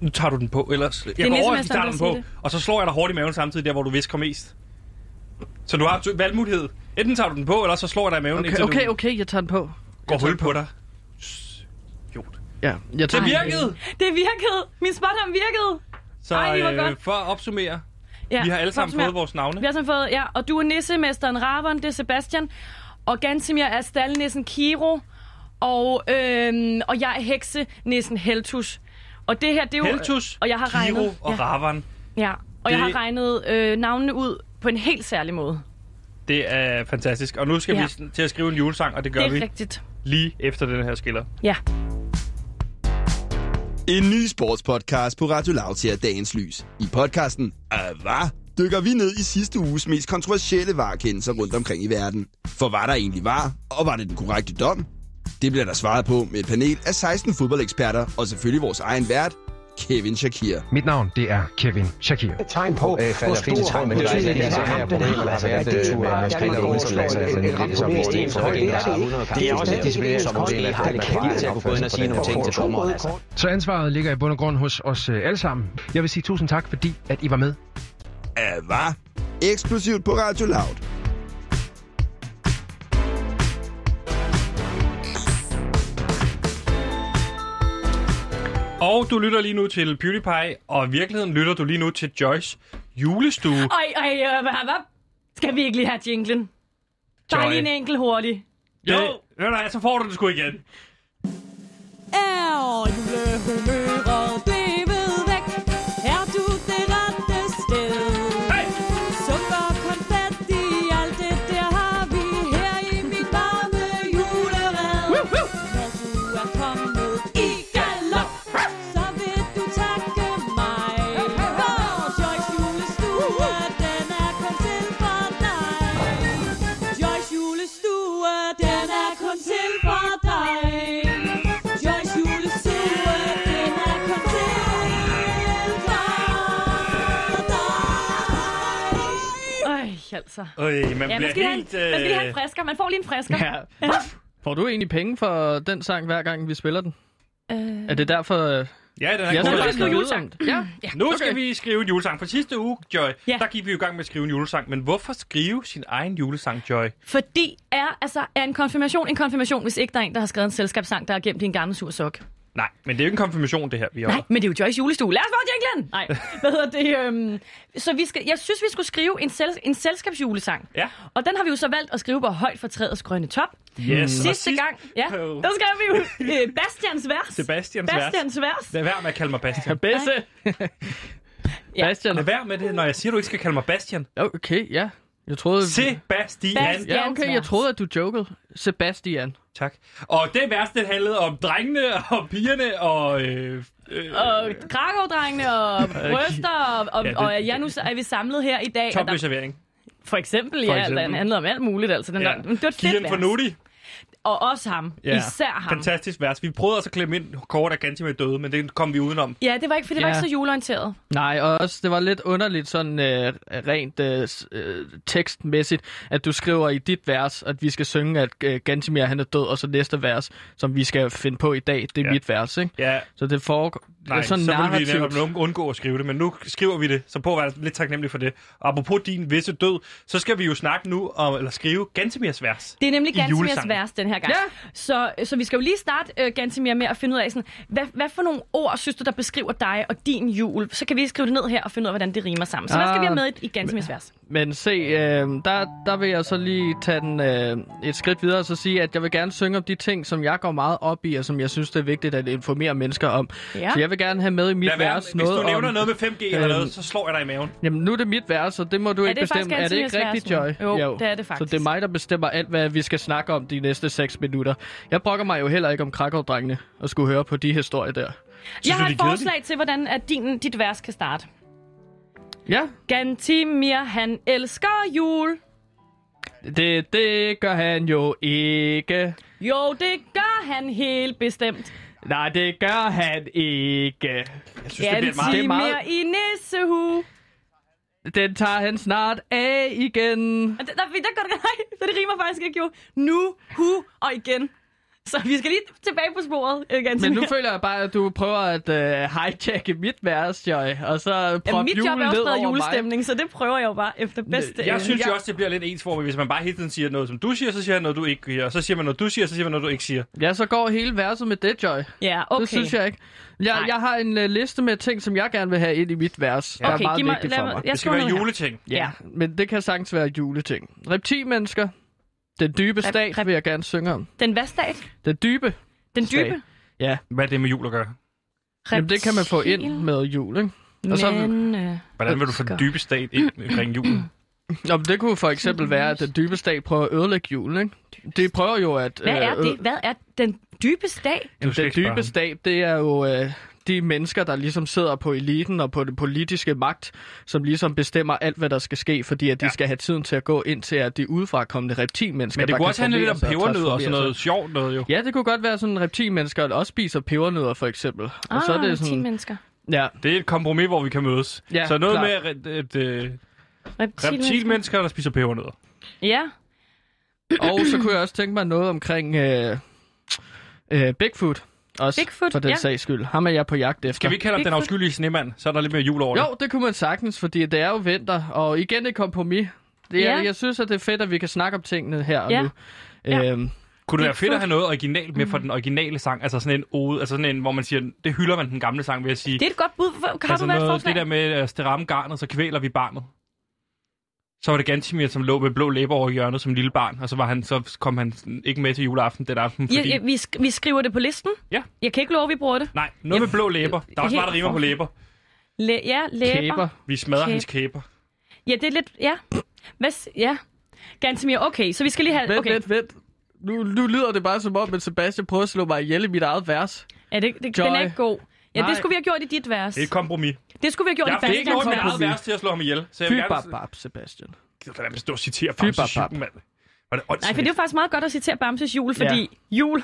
A: nu tager du den på, ellers... Jeg går
C: næsten
A: over,
C: mest,
A: at tager den
C: han vil
A: på,
C: sige
A: og så slår jeg dig hårdt i maven samtidig, der hvor du visker mest. Så du har to- valgmulighed. Enten tager du den på, eller så slår jeg dig i maven,
B: Okay,
A: indtil
B: okay,
A: du
B: okay, jeg tager den på.
A: går hul på dig. Jo.
B: Ja, jeg
A: Det
B: tager
A: virkede!
C: Det virkede. Min spådom virkede.
A: Så
C: Ej, hvor
A: øh,
C: godt.
A: for at opsummere,
C: Ja,
A: vi har alle sammen
C: opsummer.
A: fået vores navne.
C: Vi har sådan fået, ja, og du er nissemesteren Ravon, det er Sebastian, og Gansimir er stallnissen Kiro, og, øhm, og jeg er heksenissen Heltus. Og det her, det er jo... øh,
A: Heltus,
C: og jeg har
A: Kiro
C: regnet,
A: og
C: ja.
A: Ravan.
C: Ja, og jeg
A: Det-
C: har regnet øh, navnene ud på en helt særlig måde.
A: Det er fantastisk. Og nu skal
C: Ja.
A: vi sådan til at skrive en julesang, og det gør
C: det er
A: vi
C: rigtigt.
A: lige efter den her skiller.
C: Ja.
E: En ny sportspodcast på Radio Loud ser dagens lys. I podcasten Ah, hvad? dykker vi ned i sidste uges mest kontroversielle varekendelser rundt omkring i verden. For var der egentlig var, og var det den korrekte dom? Det bliver der svaret på med et panel af 16 fodboldeksperter og selvfølgelig vores egen vært, Kevin Shakir.
F: Mit navn, det er Kevin Shakir.
G: tegn på, øh, hvor stor en betydning det har haft, den her altså, værditur. Danmark overslår et- et ramt på mest ens højde. Det er Altså, det ikke. Det er også et disciplinært område, har det kæmpe til at kunne gå ind og sige nogle ting til dommeren. Altså.
F: Så ansvaret ligger i bund og grund hos os øh, alle sammen. Jeg vil sige tusind tak, fordi at I var med.
E: Ah, hvad? Eksplosivt på Radio Loud.
A: Og du lytter lige nu til PewDiePie, og i virkeligheden lytter du lige nu til Joyce julestue.
C: Ej, ej, øh, hvad, hvad? Skal vi ikke lige have jinglen? Der er
A: Joy.
C: lige en enkelt hurtig.
A: Jo! Øh, Hør dig, så får du det sgu igen.
D: Er julehumøret blevet væk? Er du det rette sted?
A: Hey!
D: Sukker, konfetti, alt det der har vi her i mit varme julered. Når du er kommet i galop, så vil du takke mig. For Joyce julestue, den er kun til for dig. Joyce julestue, den er kun til for dig. Joyce julestue, den er kun til for dig.
C: Øj, altså.
A: Øj, man
C: Ja, man
A: bliver
C: skal, lige have en,
A: helt...
C: man skal lige have en
A: øh,
C: frisker. Man får lige en frisker.
B: Ja. Får du egentlig penge for den sang, hver gang vi spiller den?
C: Øh,
B: Er det derfor, øh,
A: Ja, den er god.
B: jeg
C: det
B: skal
C: er
A: den
B: læse
A: er
B: noget
C: en
A: god.
B: ud om
C: julesang.
B: det? Ja.
C: ja.
A: Nu skal vi skrive en julesang. For sidste uge, Joy,
C: Ja.
A: der gik vi jo i gang med at skrive en julesang. Men hvorfor skrive sin egen julesang, Joy?
C: Fordi er, altså, er en konfirmation en konfirmation, hvis ikke der er en, der har skrevet en selskabssang, der er gemt i en gammel sur sok?
A: Nej, men det er jo ikke en konfirmation, det her, vi har.
C: Nej, men det er jo Joyce julestue. Lad os få jinglen! Nej, hvad hedder det? Øhm, så vi skal, jeg synes, vi skulle skrive en, sel, en selskabsjulesang.
A: Ja.
C: Og den har vi jo så valgt at skrive på højt for træets grønne top.
A: Yes. og
C: Sidste
A: sidst-
C: gang, ja,
A: Øv.
C: der skrev vi jo øh, Bastians vers.
A: Sebastians vers.
C: Bastians vers.
A: Lad være med at kalde mig Bastian.
B: Bedste. Bastian.
A: Lad være med det, når jeg siger, du ikke skal kalde mig Bastian.
B: Okay, ja. Jeg troede...
A: Sebastian.
C: Bas-
B: Ja, okay, jeg troede, at du jokede. Sebastian.
A: Tak. Og det værste det handlede om drengene og pigerne og... Øh, øh,
C: Og krakodrengene og bryster, og, og,
A: Ja, det-
C: og, ja, nu så er vi samlet her i dag. og
A: Topløs
C: der,
A: servering.
C: for eksempel,
A: For eksempel.
C: ja, eksempel. den handlede om alt muligt, altså. Den
A: Ja.
C: der, det var et fedt
A: Kian for
C: vers.
A: Nudi.
C: Og også ham. Ja. Især ham.
A: Fantastisk vers. Vi prøvede også at klemme ind kort af Gantimir døde, men det kom vi udenom.
C: Ja, det var ikke, for det var
B: Ja.
C: ikke så juleorienteret.
B: Nej, og også, det var lidt underligt sådan øh, rent øh, s- øh, tekstmæssigt, at du skriver i dit vers, at vi skal synge, at øh, Gantimir han er død, og så næste vers, som vi skal finde på i dag, det er
A: Ja.
B: ja. mit vers, ikke?
A: Ja,
B: Så det foregår
A: nej,
B: det er sådan
A: så ville vi
B: narrativt.
A: netop nogen undgå at skrive det, men nu skriver vi det, så på at være lidt taknemmelig for det. Og apropos din visse død, så skal vi jo snakke nu om, eller skrive Gantimirs vers.
C: Det er nemlig
A: I
C: Gansimirs
A: julesangen.
C: vers den her gang.
B: Ja.
C: Så, så vi skal jo lige starte, uh, Gansimir, med at finde ud af, sådan, hvad, hvad for nogle ord synes du, der beskriver dig og din jul? Så kan vi skrive det ned her og finde ud af, hvordan det rimer sammen. Så ah, der skal vi
B: Ah.
C: have med i Gansimirs vers.
B: Men se, øh, der, der vil jeg så lige tage den øh, et skridt videre og så sige, at jeg vil gerne synge om de ting, som jeg går meget op i, og som jeg synes, det er vigtigt at informere mennesker om.
C: Ja.
B: Så jeg vil gerne have med i mit
A: Lad være,
B: vers
A: hvis
B: noget
A: du nævner
B: om...
A: noget med 5G eller
B: Øhm,
A: noget, så slår jeg dig i maven.
B: Jamen, nu er det mit vers, og det må du ikke
C: det faktisk
B: bestemme. Er det
C: Antonias
B: ikke rigtigt, Joy?
C: vers nu? Jo, det er det faktisk.
B: Så det er mig, der bestemmer alt, hvad vi skal snakke om de næste 6 minutter. Jeg brokker mig jo heller ikke om krakow og skulle høre på de historier der.
C: Jeg
A: du,
C: har
A: det
C: et
A: er kedeligt?
C: forslag til, hvordan at din, dit vers kan starte.
B: Ja,
C: Gantimir, han elsker jul.
B: det, det gør han jo ikke.
C: Jo, det gør han helt bestemt.
B: Nej, det gør han ikke.
A: Jeg synes, det bliver et meget...
B: det er
C: Ganti
B: meget-
C: mere i nissehue.
B: Den tager han snart af igen.
C: Og Der, der, der går det, nej, så det rimer faktisk ikke jo. Nu, hu og igen. Så vi skal lige tilbage på sporet, øh, Ganti.
B: Men nu føler jeg bare, at du prøver at øh, hijacke mit vers, Joy, og så
C: ja,
B: proppe
C: mit
B: julen
C: job er også
B: ned
C: bedre
B: over mig.
C: julestemning, så det prøver jeg jo bare efter bedste.
A: Jeg
C: evne.
A: synes jo også, det bliver lidt ensformigt, hvis man bare hele tiden siger noget, som du siger, så siger jeg noget, du ikke siger. Og så siger man noget, du siger, så siger man noget, du ikke siger.
B: Ja, så går hele verset med det, Joy.
C: Ja, okay.
B: Det synes jeg ikke. Jeg,
C: Nej.
B: jeg har en uh, liste med ting, som jeg gerne vil have ind i mit vers. Ja. Der er
C: Okay,
B: meget
C: giv mig-
B: vigtigt
C: lad
B: for
C: mig-
B: mig.
C: jeg
A: Det skal
C: skriver
A: være
C: ned her.
A: juleting.
C: Ja.
B: Men det kan sagtens være juleting. Reptilmennesker. Den dybe
C: Rep-
B: stat
C: rep-
B: vil jeg gerne synge om.
C: Den hvad stat?
B: Den dybe.
C: Den
B: Stat.
C: dybe?
A: Hvad er det med jul at gøre?
B: Jamen, det kan man få ind med jul, ikke? Og så-
C: Men, øh,
A: Hvordan vil du få den dybe stat ind omkring julen?
B: Nå, men det kunne for eksempel være, at den dybe stat prøver at ødelægge julen, ikke? Det prøver jo at...
C: hvad er
B: øh,
C: det? Hvad er den dybe stat?
A: Du
B: Jamen,
A: skal
B: den
A: ikke spørge
B: dybe
A: ham.
B: stab, det er jo øh, de mennesker, der ligesom sidder på eliten og på den politiske magt, som ligesom bestemmer alt, hvad der skal ske, fordi at de
A: Ja.
B: ja. skal have tiden til at gå ind til, at de udefrakommende reptilmennesker,
A: Men det
B: der
A: kunne
B: kan
A: også handle lidt om
B: formere sig
A: pebernødder og sådan
B: transformere
A: noget sjovt noget, jo.
B: sig. Ja, det kunne godt være sådan, at reptilmennesker også spiser pebernødder, for eksempel. og
C: Ah,
B: så er det sådan...
C: mennesker.
B: Ja,
A: Det er et kompromis, hvor vi kan mødes.
B: Ja,
A: så noget
B: klart.
A: med at, at, øh,
C: Reptilmennesker.
A: reptilmennesker, der spiser pebernødder.
C: Ja.
B: og så kunne jeg også tænke mig noget omkring øh, øh, Bigfoot. Også,
C: Bigfoot,
B: for den
C: ja.
B: sags skyld. Ham er jeg på jagt efter.
A: Skal vi ikke kalde ham den
C: Bigfoot.
A: afskyldige snemand? Så er der lidt mere jul over det.
B: Jo, det kunne man sagtens, fordi det er jo vinter, og igen et kompromis. Det er,
C: Ja.
B: ja. Jeg synes, at det er fedt, at vi kan snakke om tingene her og
C: Ja.
B: nu.
C: Ja.
B: Øhm,
A: Kunne det være fedt
C: Bigfoot.
A: at have noget originalt med fra den originale sang? Altså sådan en ode, altså sådan en, hvor man siger, det hylder man den gamle sang ved at sige.
C: Det er et godt bud. Hvor- Kan
A: altså
C: du være et
A: noget,
C: forslag?
A: det der med at det ramme garnet, så kvæler vi barnet. Så var det Gantimir, som lå med blå læber over hjørnet som lille barn, og så, var han, så kom han sådan ikke med til juleaften den aften, fordi...
C: Ja, ja, vi, sk- vi skriver det på listen.
A: Ja.
C: Jeg kan ikke love, at vi bruger det.
A: Nej, noget med blå læber. Der er også
C: helt
A: meget, der rimer på
C: forfærdeligt.
A: læber.
C: Læ- ja, læber.
B: kæber.
A: Vi smadrer
C: Kæ-
A: hans kæber.
C: Ja, det er lidt... Ja. Hvad, s- ja. Gantemir, okay, så vi skal lige have...
B: Vent,
C: Okay.
B: vent, vent. Nu, nu lyder det bare som om, at Sebastian prøver at slå mig ihjel i mit eget vers.
C: Ja, det, det, den er
B: Joy.
C: ikke god. Ja,
B: Nej.
C: det skulle vi have gjort i dit vers.
A: Det er et kompromis.
C: Det skulle vi have gjort
A: Jeg
C: i
A: fik
C: første
A: ikke noget med
C: vers.
A: eget værst til at slå ham ihjel, så jeg
B: Fy
A: vil gerne...
B: bab, Sebastian.
A: Gider lad mig stå og citere
B: Fy
A: Bamse
B: bap, bap.
A: Syken, mand. Var det
C: Nej, for det er jo faktisk meget godt at citere Bamses jul, fordi jul...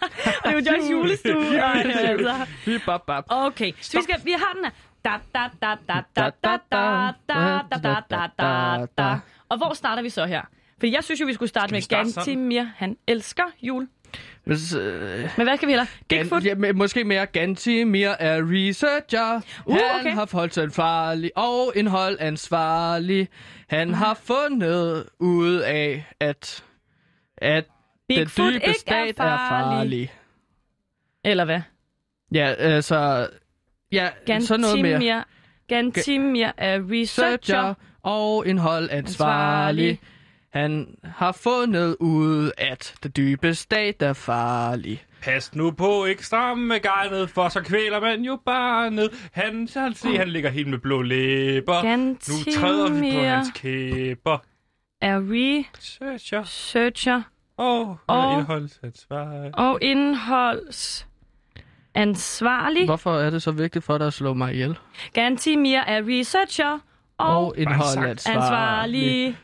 C: og det er jo Joyce julestue. og, altså.
B: Fy bab, bab.
C: Okay, så vi, skal, vi har den her. Da, da, da, da, da, da, da, da, da, da, da, da, da. Og hvor starter vi så her? For jeg synes jo, vi skulle starte
A: vi
C: med
A: starte sådan?
C: Gantimir. Han elsker jul.
B: Hvis, øh,
C: Men hvad skal vi hellere?
B: Gan,
C: Bigfoot?
B: ja, men måske mere Gantimir er researcher.
C: Uh,
B: han
C: okay.
B: har holdt sig farlig og en hold ansvarlig.
C: Ah.
B: Han har fundet ud af, at, at
C: Bigfoot
B: den dybe
C: ikke
B: stat
C: er farlig. Eller hvad?
B: Ja, altså... Ja, sådan noget mere.
C: Gantimir. Gantimir er researcher.
B: Searcher og en holdansvarlig. Han har fundet ud, at det dybe stat er farlig.
A: Pas nu på, ikke stramme garnet, for så kvæler man jo barnet. Han, så han, se, han ligger helt med blå læber. Nu træder vi på
C: Gantimir.
A: hans kæber.
C: Er researcher
A: Searcher. Åh, oh,
C: Og-
A: og... indholdsansvar.
C: og indholdsansvarlig.
B: Hvorfor er det så vigtigt for dig at slå mig ihjel?
C: Gantimir er researcher og
B: Og en
A: Bare sagt.
B: holdansvarlig.
C: ansvarlig.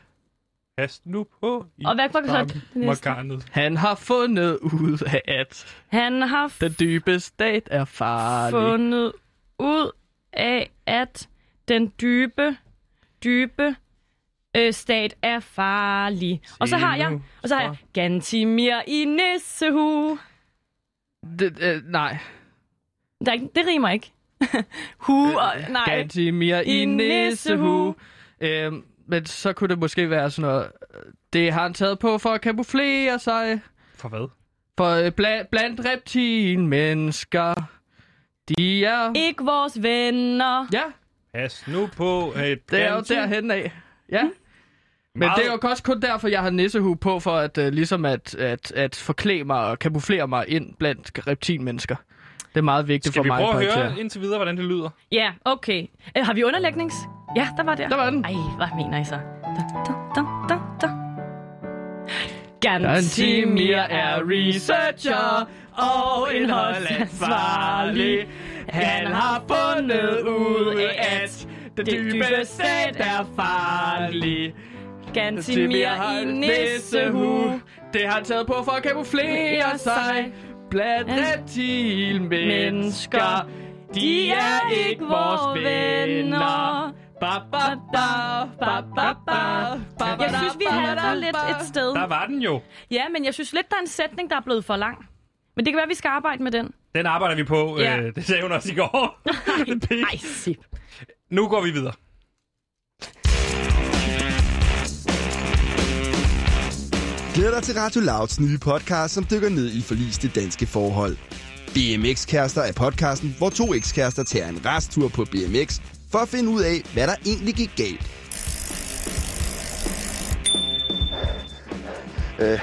A: Pas nu på, I
C: Og hvad var det så? Det
A: rammer
C: næste.
A: garnet.
B: Han har fundet ud af, at
C: Han har
B: den dybe stat er farlig.
C: fundet ud af, at den dybe, dybe øh, stat er farlig. Og så har jeg, og så har jeg Gantimir i nissehue.
B: Det, øh, nej.
C: Der er ikke, det rimer ikke. Hu og,
B: Øh,
C: nej.
B: Gantimir
C: I
B: i
C: nissehue.
B: nissehue. Øhm, men så kunne det måske være sådan noget... øh, Det har han taget på for at kamuflere sig.
A: For hvad?
B: For øh, blandt, blandt reptilmennesker, de er...
C: Ikke vores venner.
B: Ja,
A: Pas nu på et
B: det er jo
A: ganske-
B: derhen af. Ja. Men
A: Meget-
B: det er jo også kun derfor, jeg har nissehue på, for at, uh, ligesom at, at, at forklæde mig og kamuflere mig ind blandt reptilmennesker. Det er meget vigtigt
A: Skal
B: for
A: vi
B: mig.
A: prøve at
B: pointere.
A: høre indtil videre, hvordan det lyder?
C: Ja, okay. Øh, har vi underlægnings? Ja, der var der.
B: Der var den.
C: Ej, hvad mener I så? Da, da, da, da, da.
B: Gantimir er researcher og en holdansvarlig. Han har fundet ud af, at den dybe stat er farlig.
C: Gantimir i nissehue.
B: Det har han taget på for at kamuflere sig. blandt
C: Altså,
B: reptil
C: mennesker,
B: mennesker. De er ikke vores venner. Ba, ba, ba, ba, ba, ba, ba,
C: Jeg synes, vi halter lidt et sted.
A: Der var den jo.
C: Ja, men jeg synes lidt, der er en sætning, der er blevet for lang. Men det kan være, vi skal arbejde med den.
A: Den arbejder vi på.
C: Ja.
A: Øh, det sagde hun også i går. Pik.
C: Ej, sip.
A: nu går vi videre.
E: Glæd dig til Radio Louds nye podcast, som dykker ned i forliste danske forhold. BMX-kærester er podcasten, hvor to ekskærester tager en resttur på BMX for at finde ud af, hvad der egentlig gik galt. Øh,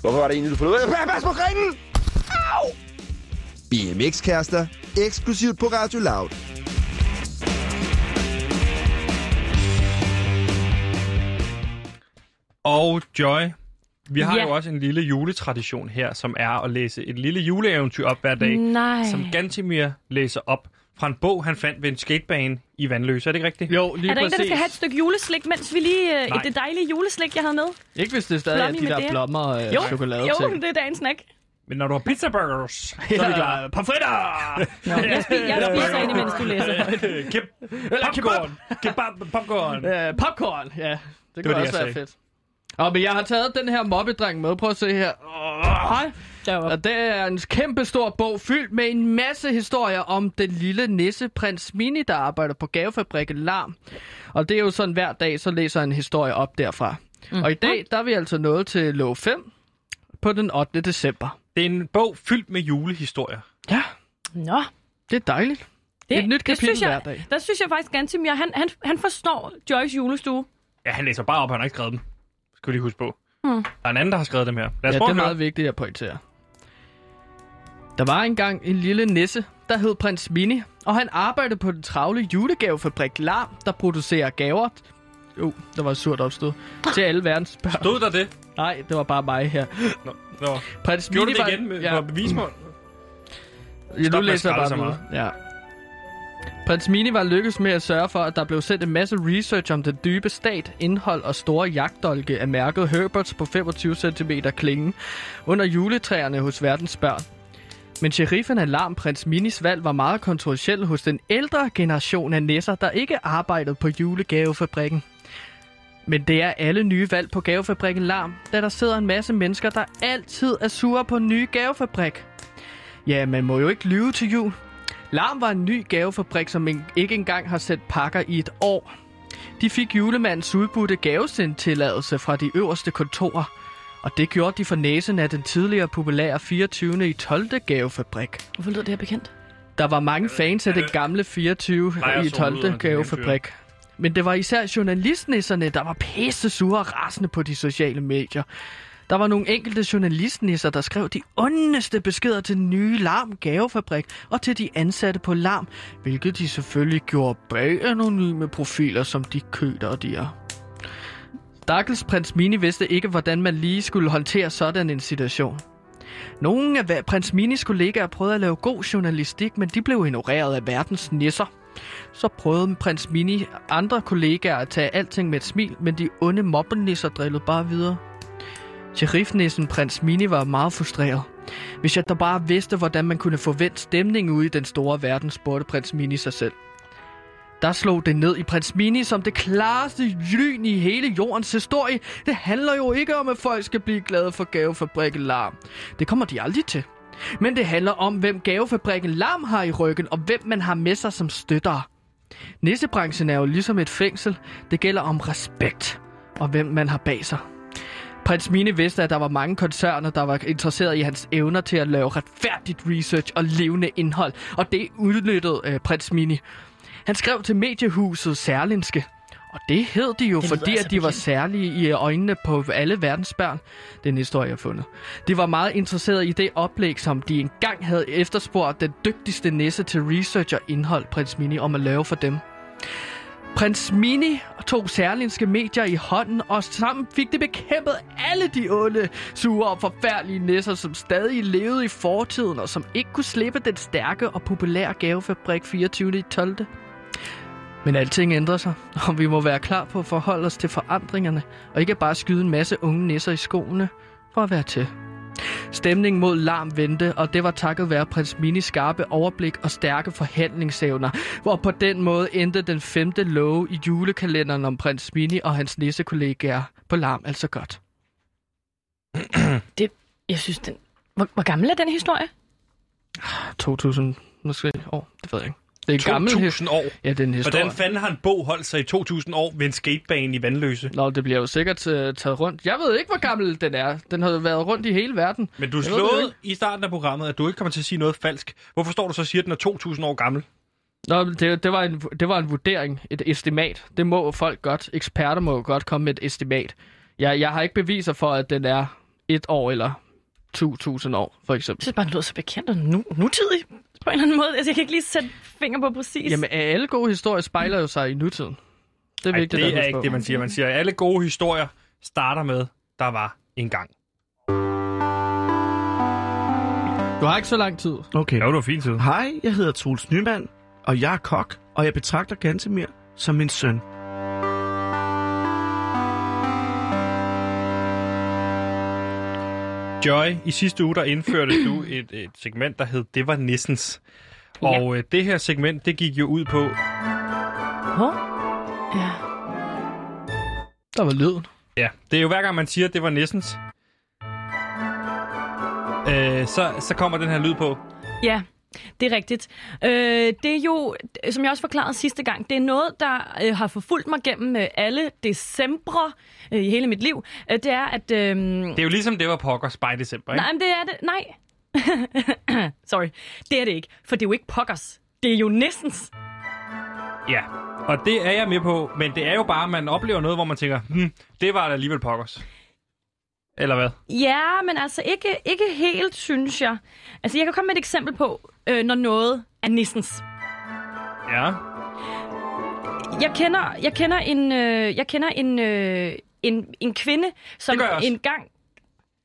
E: hvorfor var det egentlig, du forlod? Øh, Pas på ringen! Au! BMX-kærester, eksklusivt på Radio Loud.
A: Og Joy, vi har
C: Ja.
A: ja. jo også en lille juletradition her, som er at læse et lille juleeventyr op hver dag,
C: Nej.
A: som Gantimir læser op fra en bog, han fandt ved en skatebane i Vandløse. Er det ikke rigtigt?
B: Jo, lige
C: Er der en, der
B: præcis.
C: skal have et stykke juleslik, mens vi lige... Øh,
A: Nej.
C: det dejlige juleslik, jeg havde med?
B: Ikke hvis det stadig er
C: Flummy
B: de
C: med
B: der
C: det.
B: blommer øh,
C: Jo,
B: chokolade
C: jo
B: ting.
C: det er dagens snack.
A: Men når du har pizzaburgers, så er vi klar.
B: Pomfritter!
C: Jeg, spi- jeg spiser ind, mens du læser.
A: Kip, popcorn. Kebab, popcorn.
B: Øh, popcorn, ja. Det kunne
A: det,
B: det også
A: jeg
B: være
A: sagde.
B: fedt. Og men jeg har taget den her mobbedreng med. Prøv at se her. Hej.
C: Deroppe.
B: Og det er en kæmpe stor bog fyldt med en masse historier om den lille nisse prins Mini, der arbejder på gavefabrikken Larm. Og det er jo sådan hver dag, så læser jeg en historie op derfra.
C: Mhm.
B: Mm. Og i dag, der er vi altså nået til lov 5 på den 8. december.
A: Det er en bog fyldt med julehistorier.
B: Ja,
C: Nå,
B: det er dejligt.
C: det,
B: Et nyt
C: det
B: kapitel
C: synes jeg,
B: hver dag.
C: Der synes jeg faktisk, Gantimir, han, han, han forstår Joys julestue.
A: Ja, han læser bare op, han har ikke skrevet dem. Skal vi lige huske på.
B: Hmm.
A: Mm. Der er en anden, der har skrevet dem her. Lad os
B: Ja, det
A: prøve
B: er
A: at høre.
B: meget vigtigt at pointere. Der var engang en lille nisse, der hed Prins Mini, og han arbejdede på den travle julegavefabrik Larm, der producerer gaver. Jo, uh, der var et surt opstød. Til alle verdens børn.
A: Stod der det?
B: Nej, det var bare mig her.
A: Nå, nå.
B: Prins
A: Gjorde du
B: Mini
A: det
B: var,
A: igen med,
B: ja,
A: ja. på bevismål?
B: ja, nu
A: med at
B: læser jeg
A: skralde så
B: bare
A: meget.
B: videre. Ja. Prins Mini var lykkedes med at sørge for, at der blev sendt en masse research om den dybe stat, indhold og store jagtdolke af mærket Herberts på 25 cm klingen under juletræerne hos verdens børn. Men sheriffen Alarm Prins Minis valg var meget kontroversiel hos den ældre generation af næsser, der ikke arbejdede på julegavefabrikken. Men det er alle nye valg på gavefabrikken Larm, da der sidder en masse mennesker, der altid er sure på en ny gavefabrik. Ja, man må jo ikke lyve til jul. Larm var en ny gavefabrik, som en- ikke engang har sendt pakker i et år. De fik julemandens udbudte gavesendtilladelse fra de øverste kontorer. Og det gjorde de for næsen af den tidligere populære 24. i 12. gavefabrik.
C: Hvorfor lyder det her bekendt?
B: Der var mange fans af det gamle 24
A: Plejer
B: i
A: at zoome ud, når
B: 12.
A: de
B: gavefabrik. Men det var især journalistnisserne, der var pisse sure og rasende på de sociale medier. Der var nogle enkelte journalistnisser, der skrev de ondeste beskeder til den nye Larm Gavefabrik og til de ansatte på Larm, hvilket de selvfølgelig gjorde bag anonyme profiler, som de køder de er. Stakkels prins Mini vidste ikke, hvordan man lige skulle håndtere sådan en situation. Nogle af hver- prins Minis kollegaer prøvede at lave god journalistik, men de blev ignoreret af verdens nisser. Så prøvede prins Mini andre kollegaer at tage alting med et smil, men de onde mobbenisser drillede bare videre. Sheriffnissen prins Mini var meget frustreret. Hvis jeg da bare vidste, hvordan man kunne forvente stemningen ude i den store verden, spurgte prins Mini sig selv. Der slog det ned i prins Mini som det klareste lyn i hele jordens historie. Det handler jo ikke om, at folk skal blive glade for gavefabrikken Larm. Det kommer de aldrig til. Men det handler om, hvem gavefabrikken Larm har i ryggen, og hvem man har med sig som støttere. Nissebranchen er jo ligesom et fængsel. Det gælder om respekt og hvem man har bag sig. Prins Mine vidste, at der var mange koncerner, der var interesseret i hans evner til at lave retfærdigt research og levende indhold, og det udnyttede øh, prins Mini. Han skrev til mediehuset Særlinske, og det hed de jo,
C: lyder
B: fordi
C: altså
B: at de var
C: bekendt.
B: særlige i øjnene på alle verdens børn. Det er en historie, jeg har fundet. De var meget interesserede i det oplæg, som de engang havde efterspurgt den dygtigste næse til research og indhold, prins Mini, om at lave for dem. Prins Mini tog særlinske medier i hånden, og sammen fik det bekæmpet alle de onde, sure og forfærdelige nisser, som stadig levede i fortiden, og som ikke kunne slippe den stærke og populære gavefabrik 24. i 12. Men alting ændrer sig, og vi må være klar på at forholde os til forandringerne, og ikke bare skyde en masse unge nisser i skoene for at være til. Stemningen mod larm vendte, og det var takket være prins Minis skarpe overblik og stærke forhandlingsevner. Og på den måde endte den femte love i julekalenderen om prins Mini og hans nissekollegaer på larm altså godt.
C: Det, jeg synes, den... Hvor, hvor gammel er den historie?
B: 2000 måske år, det ved jeg ikke. Det er en gammel his-
A: 2.000 år.
B: Ja, det er en historie.
A: Hvordan fanden har en bog holdt sig i 2.000 år ved en skatebane i Vandløse?
B: Nå, det bliver jo sikkert øh, taget rundt. Jeg ved ikke, hvor gammel den er. Den har jo været rundt i hele verden.
A: Men du
B: Jeg ved det
A: slåede
B: ikke.
A: i starten af programmet, at du ikke kommer til at sige noget falsk. Hvorfor står du så og siger, at den er 2.000 år gammel?
B: Nå, men det, det, var en, det var en vurdering, et estimat. Det må folk godt. Eksperter må jo godt komme med et estimat. Jeg, jeg har ikke beviser for, at den er et år eller 2.000 år, for
C: Jeg
B: eksempel.
C: synes bare, den lyder så bekendt og nu, nutidig på en eller anden måde. Altså, jeg kan ikke lige sætte finger på præcis.
B: Jamen, alle gode historier spejler jo sig i nutiden. Det er
A: Ej,
B: vigtigt at
A: det er
B: huske
A: ikke
B: på.
A: det, man siger. Man siger, at alle gode historier starter med, der var en gang.
B: Du har ikke så lang tid.
H: Okay.
A: det var fint tid.
H: Hej, jeg hedder Troels Nyman, og jeg er kok, og jeg betragter Gantemir som min søn.
A: Joy, i sidste uge der indførte du et, et segment, der hed Det var Nissens. Og øh, det her segment, det gik jo ud på...
C: Hå? Ja.
B: Der var lyden.
A: Ja, det er jo hver gang, man siger, Det var Nissens. Øh, så, så kommer den her lyd på.
C: Ja, det er rigtigt. Øh, det er jo, som jeg også forklarede sidste gang, det er noget, der øh, har forfulgt mig gennem øh, alle december øh, i hele mit liv. Øh, det er, at... Øh,
A: Det er jo ligesom, det var pokkers bare i december, ikke?
C: nej, men det er det. Nej. Sorry. Det er det ikke, for det er jo ikke pokkers. Det er jo næstens.
A: Ja, og det er jeg med på, men det er jo bare, at man oplever noget, hvor man tænker, hm, det var da alligevel pokkers. Eller hvad?
C: Ja, men altså ikke, ikke helt, synes jeg. Altså, jeg kan komme med et eksempel på, øh, når noget er næstens.
A: Ja.
C: Jeg kender, jeg kender en, øh, jeg kender en, øh, en, en kvinde, som
A: Det gør jeg også.
C: en gang...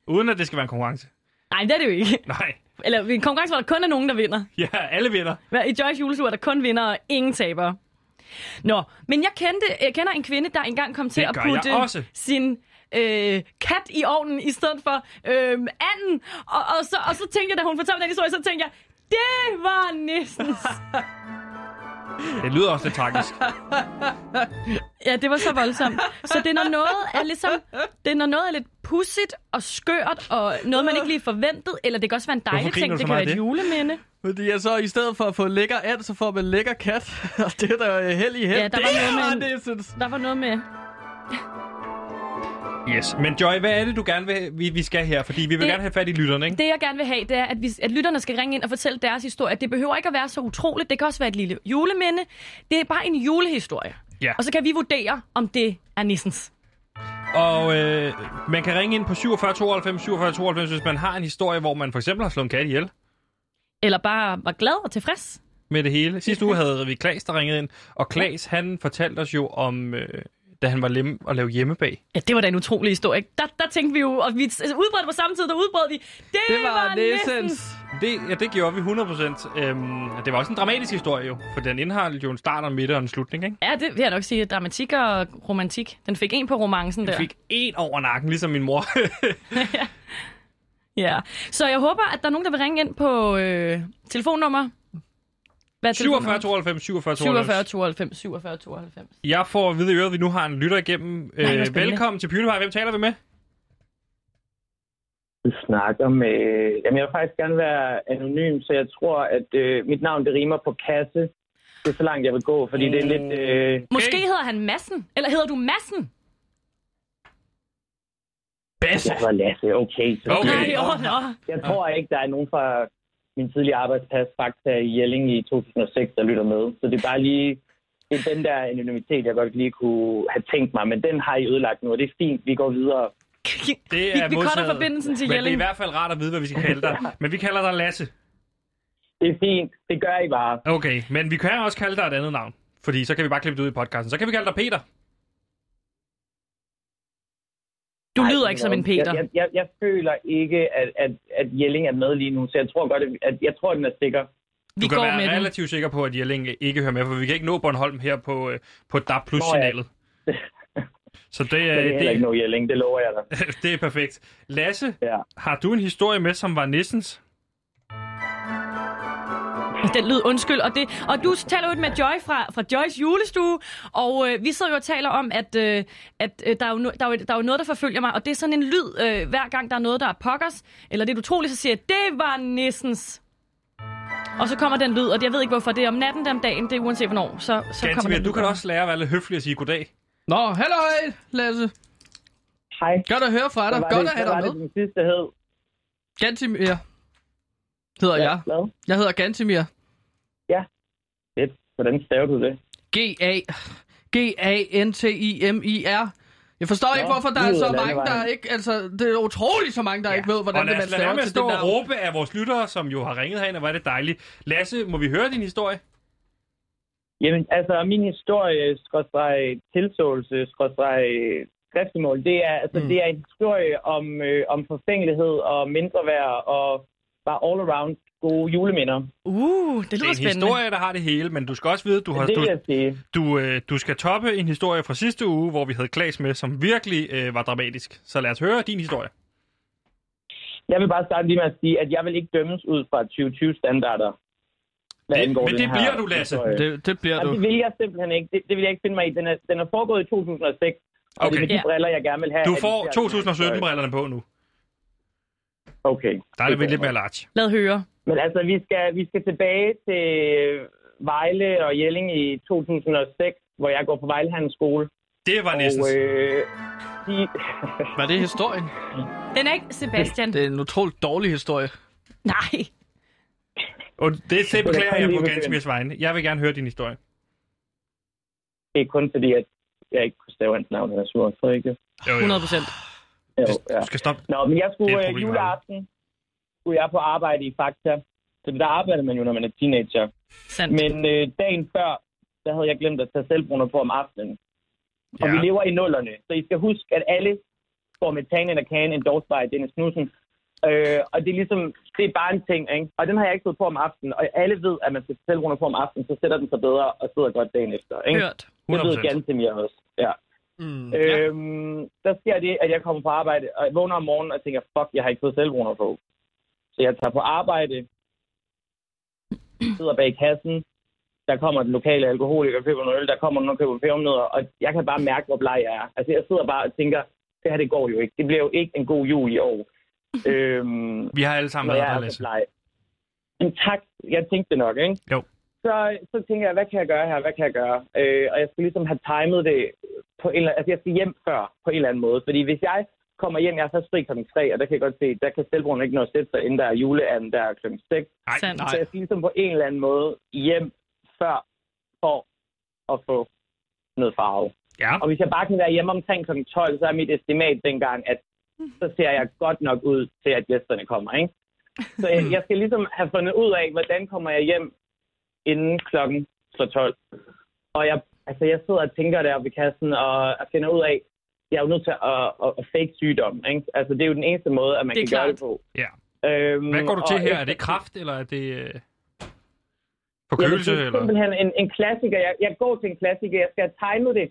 A: Uden at det skal være en konkurrence.
C: Nej, det er det jo ikke.
A: Nej.
C: Eller en konkurrence, hvor der kun er nogen, der vinder.
A: Ja, alle vinder.
C: Hver- I Joyce Julesur er der kun vinder og ingen tabere. Nå, men jeg, kendte, jeg kender en kvinde, der engang kom til
A: Det
C: at
A: gør jeg
C: putte
A: også.
C: sin øh, kat i ovnen i stedet for øh, anden. Og, og, så, og så tænkte jeg, da hun fortalte den historie, så tænkte jeg, det var næsten.
A: Det lyder også lidt tragisk.
C: Ja, det var så voldsomt. Så det er, når noget er, ligesom, det er, når noget er lidt pudsigt og skørt, og noget, man ikke lige forventede, eller det kan også være en dejlig
A: Hvorfor griner
C: ting,
A: du
C: det
A: så meget
C: kan
A: af
C: være et
A: det?
C: juleminde.
B: Fordi jeg så i stedet for at få lækker and, så får man lækker kat. Og det er der jo held i held.
C: Ja, der var
B: det
C: noget med
B: var
C: en-
B: Nissens.
C: Der var noget med...
A: Yes. Men Joy, hvad er det, du gerne vil, vi, vi skal her? Fordi vi vil
C: Det-
A: gerne have fat i lytterne, ikke?
C: Det, jeg gerne vil have, det er, at, vi, at lytterne skal ringe ind og fortælle deres historie. Det behøver ikke at være så utroligt. Det kan også være et lille juleminde. Det er bare en julehistorie.
A: Ja.
C: Og så kan vi vurdere, om det er nissens.
A: Og øh, man kan ringe ind på 47 92 47 92, hvis man har en historie, hvor man for eksempel har slået en kat ihjel
C: Eller bare var glad og tilfreds.
A: med det hele. Sidste uge havde vi Klaas, der ringede ind. Og Klaas, han fortalte os jo om, øh, da han var lem og lavede hjemmebag.
C: Ja, det var da en utrolig historie. ikke? Der, der tænkte vi jo, og vi altså, udbrød på samme tid, der udbrød vi. Det,
B: Det var
C: nissens.
B: Nissens.
A: Det, ja, det gjorde vi 100%. Øhm, og det var også en dramatisk historie jo, for den indeholdt jo en start og en midt og en slutning, ikke?
C: Ja, det vil jeg nok sige. Dramatik og romantik. Den fik en på romancen der.
A: Jeg fik en over nakken, ligesom min mor.
C: Ja. Så jeg håber, at der er nogen, der vil ringe ind på øh, telefonnummer. Hvad er
A: 47
C: telefonnummer?
A: 92 47
C: 47
A: 92.
C: 92. 47 92.
A: Jeg får at vide i øret, at vi nu har en lytter igennem.
C: hvor
A: Øh,
C: spændende.
A: velkommen til PewDiePie. Hvem taler vi med?
I: Du snakker med... Jamen, jeg vil faktisk gerne være anonym, så jeg tror, at øh, mit navn, det rimer på kasse. Det er så langt, jeg vil gå, fordi det er lidt... Øh,
C: Måske hedder han Massen. Eller hedder du Massen?
G: Altså-
B: Basse.
I: jeg var Lasse, okay. Så
A: Okay.
C: Nej, åh, nå.
I: Jeg tror ikke, der er nogen fra min tidlige arbejdsplads, Fakta i Jelling i 2006, der lytter med. Så det er bare lige... Det er den der anonymitet, jeg godt lige kunne have tænkt mig, men den har I ødelagt nu, og det er fint. Vi går videre.
A: Det er
C: Vi, vi cutter
A: modtaget.
C: forbindelsen til
A: Men det er i
C: Jelling.
A: hvert fald rart at vide, hvad vi skal kalde dig. Men vi kalder dig Lasse.
I: Det er fint. Det gør I bare.
A: Okay, men vi kan også kalde dig et andet navn. Fordi så kan vi bare klippe det ud i podcasten. Så kan vi kalde dig Peter.
C: Du
I: Ej,
C: lyder
I: ved
C: ikke som en
I: hvad?
C: Peter.
I: Jeg, jeg, jeg, jeg føler ikke, at, at, at Jelling er med lige nu, så jeg tror godt, at, at jeg tror, at den er sikker.
C: Vi
A: du kan
C: går
A: være
C: med den.
A: relativt sikker på, at Jelling ikke hører med, for vi kan ikke nå Bornholm her på, øh, på DAB
I: Nå ja.
A: Plus-signalet. Så det
I: Men
A: er,
I: det er heller ikke
A: det,
I: noget Jelling, det lover jeg dig.
A: det er perfekt. Lasse,
I: Ja.
A: har du en historie med, som var Nissens?
C: Den lyd, undskyld. Og, det, og du taler jo med Joy fra, fra Joys julestue, og øh, vi sidder jo og taler om, at, øh, at øh, der, er jo no, der, er jo, der er jo noget, der forfølger mig, og det er sådan en lyd, øh, hver gang der er noget, der er pokkers, eller det er utroligt, så siger jeg, det var nissens. Og så kommer den lyd, og jeg ved ikke, hvorfor det er om natten, det er om dagen, det er uanset hvornår, så, så kommer
A: Ganske
C: den
A: du
C: lyd.
A: kan også lære at være lidt høflig og sige goddag.
B: Nå, halløj, Lasse.
I: Hej.
B: Godt at høre fra dig.
I: Hvad var
B: Godt
I: det-
B: at have
I: hvad var
B: dig
I: det,
B: med.
I: den sidste hed?
B: Gantimir hedder jeg.
I: Hvad?
B: Jeg hedder Gantimir.
I: Fedt. Hvordan staver du det?
B: G-A. G-A-N-T-I-M-I-R. Jeg forstår Nå, ikke, hvorfor der er
I: ud
B: så
I: af
B: mange, der
I: landevejen.
B: ikke... Altså, det er utroligt så mange, der ja. ikke ved,
A: Hvordan og
B: hvordan det
A: lad
B: man
A: os lade være
B: staver
A: med at
B: til det
A: stå og
B: navn.
A: råbe af vores lyttere, som jo har ringet herind, og hvor er det dejligt. Lasse, må vi høre din historie?
I: Jamen, altså, min historie, skrådstræk tilståelse, skrådstræk skriftemål, det er, altså,
B: Mm.
I: mm. det er en historie om, øh, om forfængelighed og mindreværd og bare all around gode juleminder.
C: Uh, det
A: Det er
C: lyder
A: en
C: spændende.
A: historie, der har det hele, men du skal også vide, du, har,
I: det
A: du,
I: vil jeg sige.
A: du, øh, du skal toppe en historie fra sidste uge, hvor vi havde Klaas med, som virkelig øh, var dramatisk. Så lad os høre din historie.
I: Jeg vil bare starte lige med at sige, at jeg vil ikke dømmes ud fra 2020-standarder. hvad
A: Det-
I: angår
A: men
I: den
A: det
I: her
A: bliver du, Lasse.
I: historie.
B: Det, det bliver
I: Jamen,
B: du.
I: det vil jeg simpelthen ikke. Det, det vil jeg ikke finde mig i. Den er, den er foregået i 2006, og det er
A: Okay,
I: med de
C: Ja.
I: briller, jeg gerne vil have.
A: du
I: at I
A: får
I: ser den her historie.
A: 2017-brillerne på nu.
I: Okay.
A: Der er det vel lidt mere large.
C: Lad høre.
I: Men altså, vi skal, vi skal tilbage til Vejle og Jelling i 2006, hvor jeg går på Vejle Handelsskole.
A: Det var næsten.
I: Og øh, de,
B: Var det historien?
C: Den er ikke Sebastian.
B: Det er en utroligt dårlig historie.
C: Nej.
A: Og det, det beklager
I: kan
A: jeg
I: lige
A: på
I: begynde.
A: Gansmirs vegne. Jeg vil gerne høre din historie.
I: det er kun fordi, at jeg ikke kunne stave hans navn, han er sur. Så ikke?
A: Jo, jo.
C: 100 procent.
I: Jo, ja.
A: Du skal stoppe.
I: Nå, men jeg
A: Det er et
I: skulle øh,
A: problem,
I: juleaften, skulle jeg på arbejde i Fakta. Så der arbejder man jo, når man er teenager.
C: Sandt.
I: Men øh, dagen før, der havde jeg glemt at tage selvbruner på om aftenen.
A: Ja.
I: Og ja. vi lever i nullerne, så I skal huske, at alle får metan in a can endorsed by Dennis Knudsen. Øh, og det er ligesom, det er bare en ting, ikke? Og den har jeg ikke fået på om aftenen, og alle ved, at man skal tage selvrunder på om aftenen, så sætter den sig bedre og sidder godt dagen efter, ikke?
C: Hørt.
I: Det ved
A: 100%.
I: gerne til mig også, ja.
B: Mm.
I: Øhm, der sker det, at jeg kommer på arbejde, og jeg vågner om morgenen og tænker, fuck, jeg har ikke fået selvrunder på. Så jeg tager på arbejde, sidder bag kassen, der kommer den lokale alkoholiker og køber noget øl, der kommer nogen og køber pebernødder, og jeg kan bare mærke, hvor bleg jeg er. Altså, jeg sidder bare og tænker, det her, det går jo ikke. Det bliver jo ikke en god jul i år. øhm,
A: Vi har alle sammen
I: når
A: været
I: jeg
A: der,
I: er
A: Lasse.
I: så bleg. Men tak, jeg tænkte det nok, ikke?
A: Jo.
I: Så, så tænker jeg, hvad kan jeg gøre her, hvad kan jeg gøre? Øh, og jeg skal ligesom have timet det på en eller anden, altså jeg skal hjem før på en eller anden måde. Fordi hvis jeg kommer hjem, jeg er først fri kl. 3, og der kan jeg godt se, der kan selvbrugen ikke nå at sætte sig, inden der er juleanden, der er kl. 6.
A: Ej,
C: Sandt.
I: Så jeg skal ligesom på en eller anden måde hjem før for at få noget farve.
A: Ja,
I: Og hvis jeg bare kan være hjemme omkring kl. 12, så er mit estimat dengang, at så ser jeg godt nok ud til, at gæsterne kommer, ikke? Så jeg, jeg skal ligesom have fundet ud af, hvordan kommer jeg hjem inden klokken slår 12. Og jeg, altså, jeg sidder og tænker der ved kassen og, og finder ud af, jeg er jo nødt til at, at, at fake sygdom, ikke? Altså, det er jo den eneste måde, at man
C: Det er
I: kan gøre det på.
A: Ja.
I: Øhm,
A: hvad går du
I: og
A: til her?
I: efter-
A: Er det kraft, eller er det øh,
I: Jamen,
A: forkølelse?
I: det er
A: eller?
I: simpelthen en, en klassiker. Jeg, jeg går til en klassiker. Jeg skal have timet det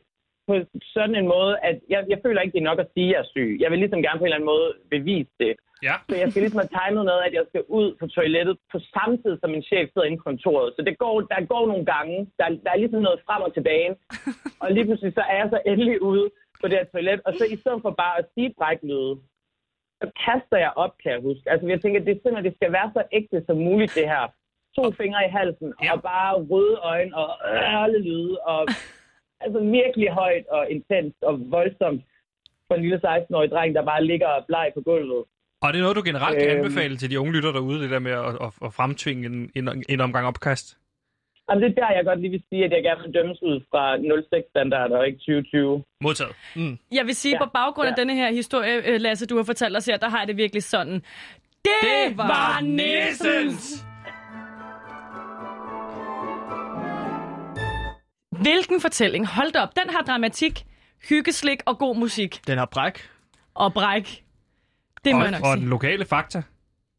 I: på sådan en måde, at jeg, jeg føler ikke, det er nok at sige, at jeg er syg. Jeg vil ligesom gerne på en eller anden måde bevise det.
A: Ja.
I: Så jeg skal ligesom have timet med, at jeg skal ud på toilettet på samme tid, som min chef sidder inde i kontoret. Så det går, der går nogle gange. Der, der er ligesom noget frem og tilbage. Og lige pludselig så er jeg så endelig ude på det her toilet. Og så i stedet for bare at sige bræklyde, så kaster jeg op, kan jeg huske. Altså jeg tænker, det er simpelthen, det skal være så ægte som muligt, det her. To fingre i halsen,
A: Ja.
I: ja. og bare røde øjne, og ørle lyde, og altså virkelig højt og intenst og voldsomt for en lille 16-årig dreng, der bare ligger og bleg på gulvet.
A: Og det er noget, du generelt kan
I: Øhm.
A: anbefale til de unge lytter derude, det der med at, at, at fremtvinge en, en, en omgang opkast?
I: Jamen, det er der, jeg godt lige vil sige, at jeg gerne vil dømmes ud fra 06-standarder og ikke 2020.
A: Modtaget.
C: Jeg vil sige, ja.
I: Ja,
C: på baggrund af
I: ja.
C: denne her historie, øh, Lasse, du har fortalt os her, der har jeg det virkelig sådan. Det, det var Ah, nissens! Hvilken fortælling? Hold da op. Den har dramatik, hyggeslik og god musik.
B: Den har bræk.
C: Og bræk. Det må jeg
A: Og,
C: nok
A: og den
C: sige.
A: lokale fakta.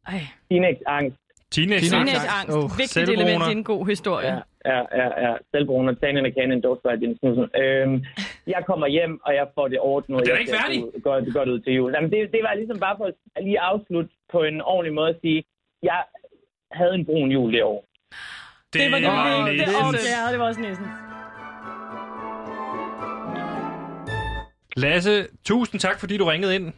C: Ej,
I: Teenage-angst.
A: Teenage,
C: teenage
A: Teenage.
C: angst.
B: Oh,
C: Oh, Vigtigt
A: selvbruner.
C: element i en god historie.
I: Ja, ja, ja. ja. Selvbrugende, Tanien og Kanin, Dorfsvej, Dennis Knudsen. Øhm, jeg kommer hjem, og jeg får det ordnet.
A: Og den er
I: jeg
A: ikke
I: ser
A: færdig.
I: ud- Godt, godt ud til jul. Jamen, det, det var ligesom bare for at lige afslutte på en ordentlig måde at sige, jeg havde en brun jul i år.
A: Det,
C: Det var det,
A: var
C: det, det,
A: næsen.
C: åh, det, er- det var også næsen.
A: Lasse, tusind tak, fordi du ringede ind.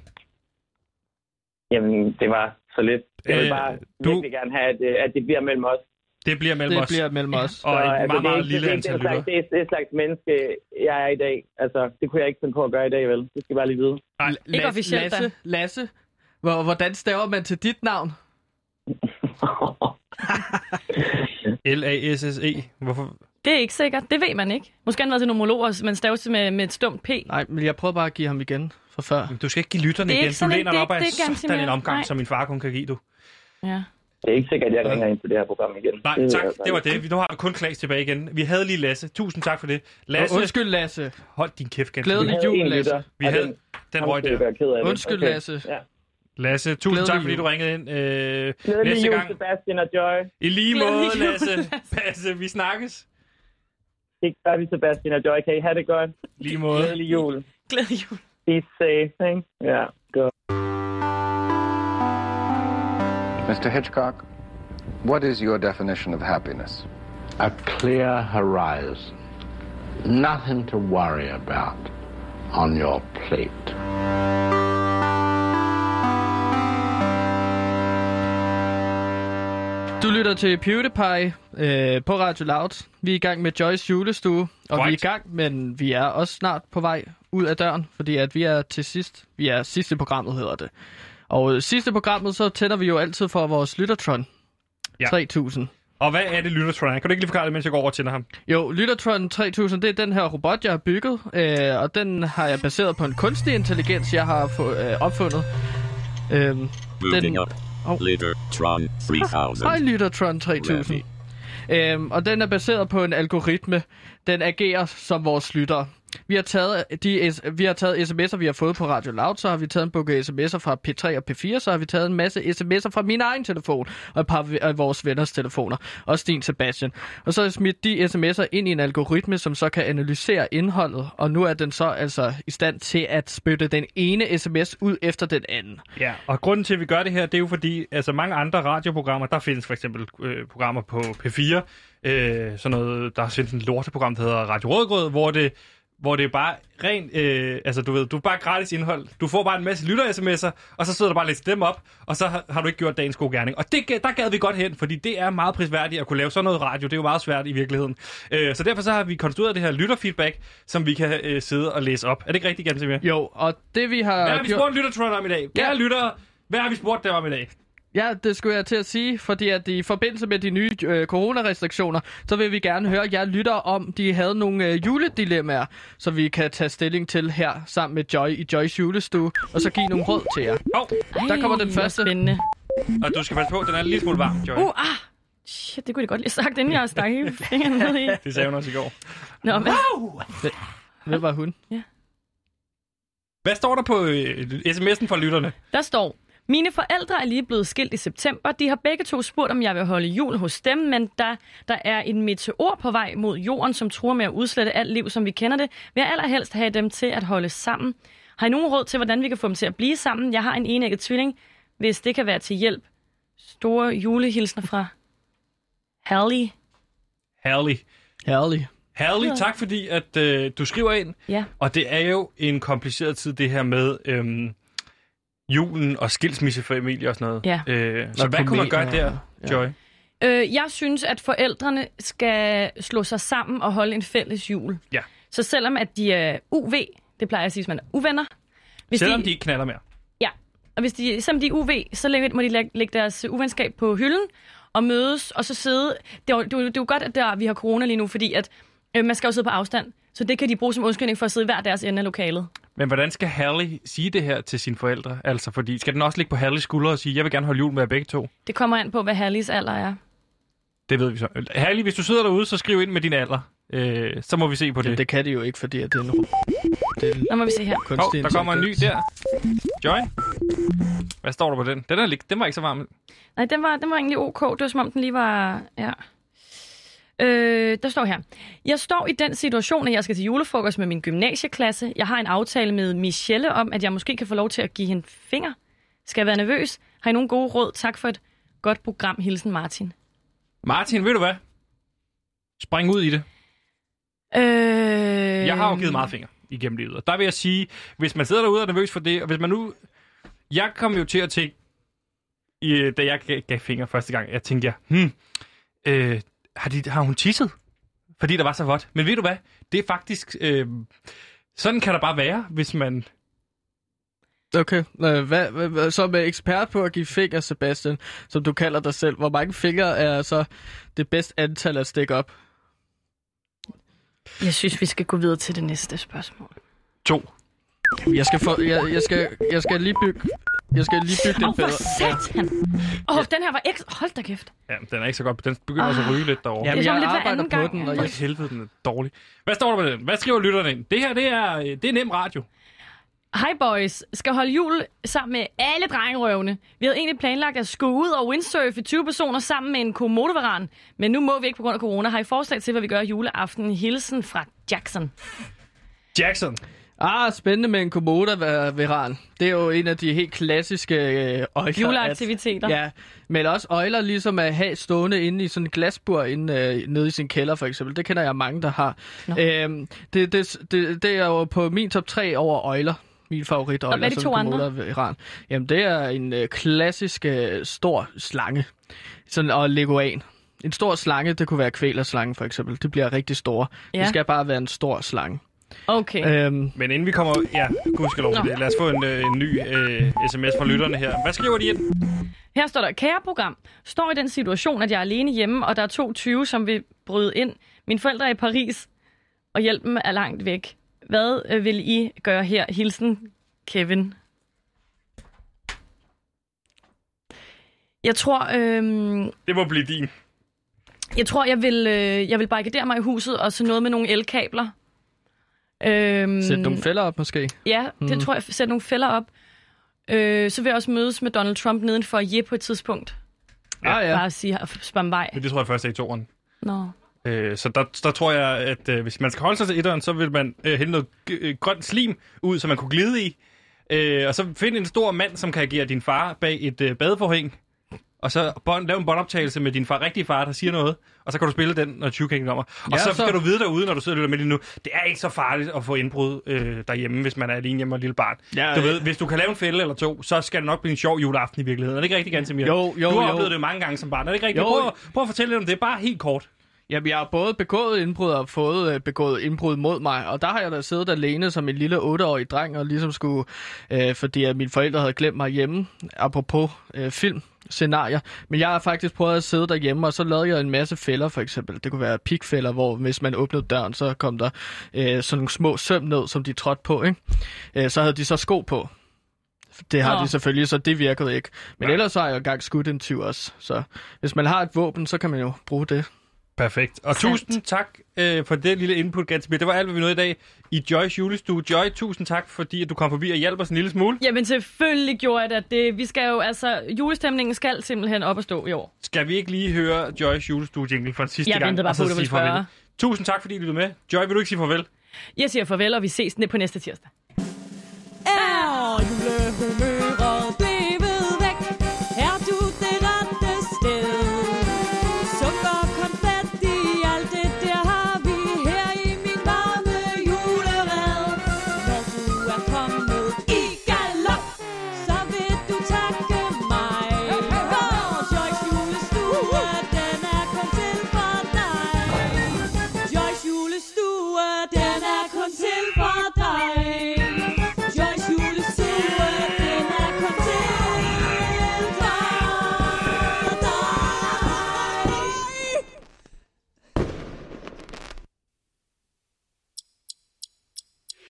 I: Jamen, det var så lidt. Jeg vil
A: Øh,
I: bare
A: du-
I: du... virkelig gerne have, at, øh, at det bliver mellem os.
A: Det bliver mellem
B: Det
A: os.
B: bliver mellem os.
A: Og et
I: altså,
A: meget,
I: det er
A: meget
I: ikke-
A: lille
I: det er ikke
A: antal
I: den slags-
A: lytter.
I: Det er det slags menneske, jeg er i dag. Altså, det kunne jeg ikke finde på at gøre i dag, vel? Det skal I bare lige vide.
B: Lasse-
C: officielt, da.
B: Lasse, Lasse, hvor- hvordan staver man til dit navn?
A: L-A-S-S-E. E. Hvorfor?
C: Det er ikke sikkert. Det ved man ikke. Måske han har været til nomologer, men staves til med, med et stumt P.
B: Nej, men jeg prøver bare at give ham igen fra før.
A: Du skal ikke give lytterne
C: Det er
A: igen.
C: ikke
A: Du
C: sådan en-
A: læner
C: det
A: dig
C: er
A: op af
C: ikke- det er ikke
A: sådan en
C: Gantemir.
A: omgang,
C: Nej.
A: som min far kun kan give, du.
C: Ja.
I: Det er ikke sikkert, at jeg ringer ind til det her program igen.
A: Nej, tak. Det var det. Vi- Nu har du kun Klaas tilbage igen. Vi havde lige Lasse. Tusind tak for det. Lasse,
B: Lasse. Undskyld, Lasse.
A: hold din kæft,
I: Vi
A: Gantemir.
B: Glædelig-
I: havde
B: jul,
I: en
B: Lasse.
I: lytter,
A: Vi
I: og
A: havde
I: den-
A: den
I: ham
A: røg
I: skal vi
A: der.
I: være ked af det.
B: Undskyld,
I: Okay.
B: Lasse.
I: Ja.
A: Lasse, tusind
B: Glædelig
A: tak, fordi
B: jul.
A: du ringede ind. Øh,
I: Glædelig
A: næste
I: jul,
A: gang.
I: Sebastian og Joy.
A: I lige
C: Glædelig
A: måde,
C: jul,
A: Lasse.
C: Lasse.
A: Passe, vi snakkes.
I: Det gør vi, Sebastian og Joy. Kan I have det godt?
A: Lige måde.
I: Glædelig jul.
C: Glædelig jul.
I: Be safe, ikke? Ja, godt.
G: Mr. Hitchcock, what is your definition of happiness?
J: a clear horizon, nothing to worry about on your plate.
B: Du lytter til PewDiePie øh, på Radio Loud. Vi er i gang med Joyce julestue, og vi er
A: Korrekt.
B: i gang, men vi er også snart på vej ud af døren, fordi at vi er til sidst. Vi er sidste programmet, hedder det. Og øh, sidste programmet, så tænder vi jo altid for vores Lyttertron.
A: Ja.
B: Ja. 3000.
A: Og hvad er det, lyttertron er? Kan du ikke lige forklare det, mens jeg går over til ham?
B: Jo, Lyttertron 3000, det er den her robot, jeg har bygget, øh, og den har jeg baseret på en kunstig intelligens, jeg har få, øh, opfundet. Øh, den,
J: Later, Tron 3000.
B: Hej Lyttertron 3000. Øhm, og den er baseret på en algoritme. Den agerer som vores lyttere. Vi har taget, øh, de, s- vi har taget sms'er, vi har fået på Radio Loud, så har vi taget en bunke sms'er fra P3 og P4, så har vi taget en masse sms'er fra min egen telefon og et par v- af vores venners telefoner, og Sten Sebastian. Og så har jeg smidt de sms'er ind i en algoritme, som så kan analysere indholdet, og nu er den så altså i stand til at spytte den ene sms ud efter den anden.
A: Ja, og grunden til, at vi gør det her, det er jo fordi, altså mange andre radioprogrammer, der findes for eksempel øh, programmer på P4, øh, sådan noget, der findes en lorteprogram, der hedder Radio Rødgrød, hvor det, hvor det er bare ren, øh, altså du ved, du er bare gratis indhold, du får bare en masse lytter-sms'er, og så sidder du bare og læser dem op, og så har, har du ikke gjort dagens gode gerning. Og det, ga- der gad vi godt hen, fordi det er meget prisværdigt at kunne lave sådan noget radio, det er jo meget svært i virkeligheden. Øh, så derfor så har vi konstrueret det her lytterfeedback, som vi kan øh, sidde og læse op. Er det ikke rigtigt, Gansimir?
B: Jo, og det vi har...
A: Hvad har vi
B: gjort-
A: spurgt lyttertråden om i dag? Kære
B: Øh, Ja.
A: lyttere, hvad har vi spurgt dem om i dag?
B: Ja, det skulle jeg til at sige, fordi at i forbindelse med de nye øh, coronarestriktioner, så vil vi gerne høre jer lytter om, de havde nogle øh, juledilemmaer, så vi kan tage stilling til her sammen med Joy i Joys julestue, og så give nogle råd til jer.
A: Oh,
C: Ej,
B: Der kommer den
C: hvor
B: første.
C: Spændende.
A: og du skal passe på, den er en lille smule varm, Joy.
C: Uh, ah. Shit, det kunne de godt lige have sagt, inden jeg stak hele fingeren ned i.
A: Det sagde hun også i går.
C: Nå, hvad?
B: Hvem var hun?
A: Hvad står der på øh, sms'en for lytterne?
C: Der står, mine forældre er lige blevet skilt i september. De har begge to spurgt, om jeg vil holde jul hos dem, men da der er en meteor på vej mod jorden, som truer med at udslette alt liv, som vi kender det, vil jeg allerhelst have dem til at holde sammen. Har I nogen råd til, hvordan vi kan få dem til at blive sammen? Jeg har en enægget tvilling, hvis det kan være til hjælp. Store julehilsner fra Hallie.
A: Hallie.
B: Herlig.
A: Hallie, tak fordi at øh, du skriver ind.
C: Ja.
A: Og det er jo en kompliceret tid, det her med øhm, julen og skilsmissefamilie og sådan noget.
C: Ja.
A: Øh, så
B: Og
A: hvad kunne man gøre
B: kometer,
A: der, Joy?
C: Øh, jeg synes, at forældrene skal slå sig sammen og holde en fælles jul.
A: Ja.
C: Så selvom at de er UV, det plejer jeg at sige, hvis man er uvenner. Hvis
A: Selvom de ikke knaller mere.
C: Ja, og hvis de, selvom de er UV, så lægge- må de lægge, lægge deres øh, uvenskab på hylden og mødes og så sidde. Det er jo, det er jo, det er jo godt, at der, vi har corona lige nu, fordi at, øh, man skal jo sidde på afstand. Så det kan de bruge som undskyldning for at sidde i hver deres ende af lokalet.
A: Men hvordan skal Hallie sige det her til sine forældre? Altså, fordi skal den også ligge på Hallies skuldre og sige, jeg vil gerne holde jul med jer begge to?
C: Det kommer an på, hvad Hallis alder er.
A: Det ved vi så. Halli, hvis du sidder derude, så skriv ind med din alder. Øh, så må vi se på det.
B: Jamen, det kan de jo ikke, fordi at det er en ro- det er en
C: Nu må vi se her.
A: Hov,
B: kunstig
A: der kommer en ny
B: intelligens.
A: der. Joy? Hvad står der på den? Den, er, lig- den var ikke så varm.
C: Nej, den var, den var egentlig ok. Det var som om, den lige var... Ja. Øh, der står her. Jeg står i den situation, at jeg skal til julefrokost med min gymnasieklasse. Jeg har en aftale med Michelle om, at jeg måske kan få lov til at give hende finger. Skal jeg være nervøs? Har I nogle gode råd? Tak for et godt program. Hilsen Martin.
A: Martin, ved du hvad? Spring ud i det.
C: Øh,
A: Jeg har jo
C: Øhm.
A: givet meget fingre igennem livet. Og der vil jeg sige, hvis man sidder derude og er nervøs for det, og hvis man nu... Jeg kom jo til at tænke, i, øh, da jeg gav, gav fingre første gang, jeg tænkte, jeg, hmm, øh, har, de, har hun tisset? Fordi der var så vådt. Men ved du hvad? Det er faktisk... Øh, sådan kan der bare være, hvis man...
B: Okay, øh, hvad, hvad, hvad, som er ekspert på at give fingre, Sebastian, som du kalder dig selv, hvor mange fingre er så det bedste antal at stikke op?
C: Jeg synes, vi skal gå videre til det næste spørgsmål.
A: To.
B: Jeg skal, få, jeg, jeg skal, jeg skal lige bygge... Jeg skal lige bygge den
C: Åh, oh, hvor
B: bedre.
C: satan! Åh, oh, den her var ekstra... Hold da kæft.
A: Ja, den er ikke så godt. Den begynder også at ryge lidt derovre.
B: Jamen,
C: Det er sådan
B: jeg
C: lidt hver
B: arbejder
C: anden
B: på
C: gang.
B: den, og
A: For
B: jeg,
A: helvede, den er dårlig. Hvad står der på den? Hvad skriver lytterne ind? Det her, det er, øh, det er nem radio.
C: Hej boys, skal holde jul sammen med alle drengerøvene. Vi havde egentlig planlagt at skulle ud og windsurfe 20 personer sammen med en komodovaran. Men nu må vi ikke på grund af corona. Har I forslag til, hvad vi gør juleaften? Hilsen fra Jackson.
A: Jackson.
B: ah, spændende med en komoda veran. Det er jo en af de helt klassiske øh, øjler. at-
C: Juleaktiviteter.
B: Ja, men også øjler ligesom at have stående inde i sådan en glasbur inde, øh, nede i sin kælder for eksempel. Det kender jeg mange, der har.
C: Nå.
B: Øhm, det, det, det, det er jo på min top 3 over øjler. Min favorit øjler.
C: hvad er de to andre?
B: Iran. Jamen, det er en øh, klassisk øh, stor slange. Sådan, og leguan. En stor slange, det kunne være kvælerslange for eksempel. Det bliver rigtig store. Ja.
C: Ja.
B: Det skal bare være en stor slange.
C: Okay.
B: Øhm,
A: Men inden vi kommer... Ja, gudskelov for
C: Nå.
A: det. Lad os få en, øh, en ny øh, sms fra lytterne her. Hvad skriver de ind?
C: Her står der, kære program, står i den situation, at jeg er alene hjemme, og der er 22, som vil bryde ind. Mine forældre er i Paris, og hjælpen er langt væk. Hvad øh, vil I gøre her? Hilsen, Kevin. Jeg tror, øhm,
A: Det må blive din.
C: jeg, tror jeg, vil, øh, jeg vil barrikadere mig i huset, og så noget med nogle elkabler. Øhm,
B: Sæt nogle fælder op måske.
C: Ja, det
B: Mm.
C: tror jeg. Sæt nogle fælder op. Øh, så vil jeg også mødes med Donald Trump nedenfor Je på et tidspunkt.
B: Ja. Ah,
C: Ja.
B: ja.
C: Bare at sige og spamme vej.
A: Men det tror jeg først er i toren.
C: Nå.
A: Øh, så der, der tror jeg, at øh, hvis man skal holde sig til etteren, så vil man øh, hælde noget g- øh, grønt slim ud, som man kunne glide i. Øh, og så find en stor mand, som kan agere din far bag et øh, badeforhæng. Og så bånd, lav en båndoptagelse med din far, rigtige far, der siger noget. Og så kan du spille den, når 20 kan kommer. Og
B: Ja,
A: så,
B: så-
A: så, kan du vide derude, når du sidder og lytter med lige nu, det er ikke så farligt at få indbrud øh, derhjemme, hvis man er alene hjemme og et lille barn.
B: Ja,
A: du
B: ja.
A: ved, hvis du kan lave en fælde eller to, så skal det nok blive en sjov juleaften i virkeligheden. Er det ikke rigtigt, Gansimir?
B: Jo, jo,
A: Du har
B: jo.
A: oplevet det mange gange som barn. Er det ikke rigtigt?
B: Jo.
A: Prøv, at- prøv at fortælle lidt om det, bare helt kort.
B: Jamen, jeg har både begået indbrud og fået øh, begået indbrud mod mig, og der har jeg da siddet alene som en lille 8-årig dreng, og ligesom skulle, øh, fordi at mine forældre havde glemt mig hjemme, apropos øh, film scenarier. Men jeg har faktisk prøvet at sidde derhjemme, og så lavede jeg en masse fælder, for eksempel. Det kunne være pikfælder, hvor hvis man åbnede døren, så kom der øh, sådan nogle små søm ned, som de trådte på, ikke? Øh, så havde de så sko på. Det har
C: Nå.
B: de selvfølgelig, så det virkede ikke. Men ellers har jeg jo engang skudt en tyv også. Så hvis man har et våben, så kan man jo bruge det.
A: Perfekt. Og
C: Sandt.
A: tusind tak øh, for det lille input, Gatsby. Det var alt, hvad vi nåede i dag i Joys julestue. Joy, tusind tak, fordi at du kom forbi og hjalp os en lille smule.
C: Jamen selvfølgelig gjorde jeg da det. Vi skal jo, altså, julestemningen skal simpelthen op og stå i år.
A: Skal vi ikke lige høre Joys julestue jingle for en sidste
C: Jeg
A: gang?
C: ventede bare
A: og så
C: på, at du ville
A: sige farvel?
C: spørge.
A: Tusind tak, fordi I lyttede med. Joy, vil du ikke sige farvel?
C: Jeg siger farvel, og vi ses ned på næste tirsdag.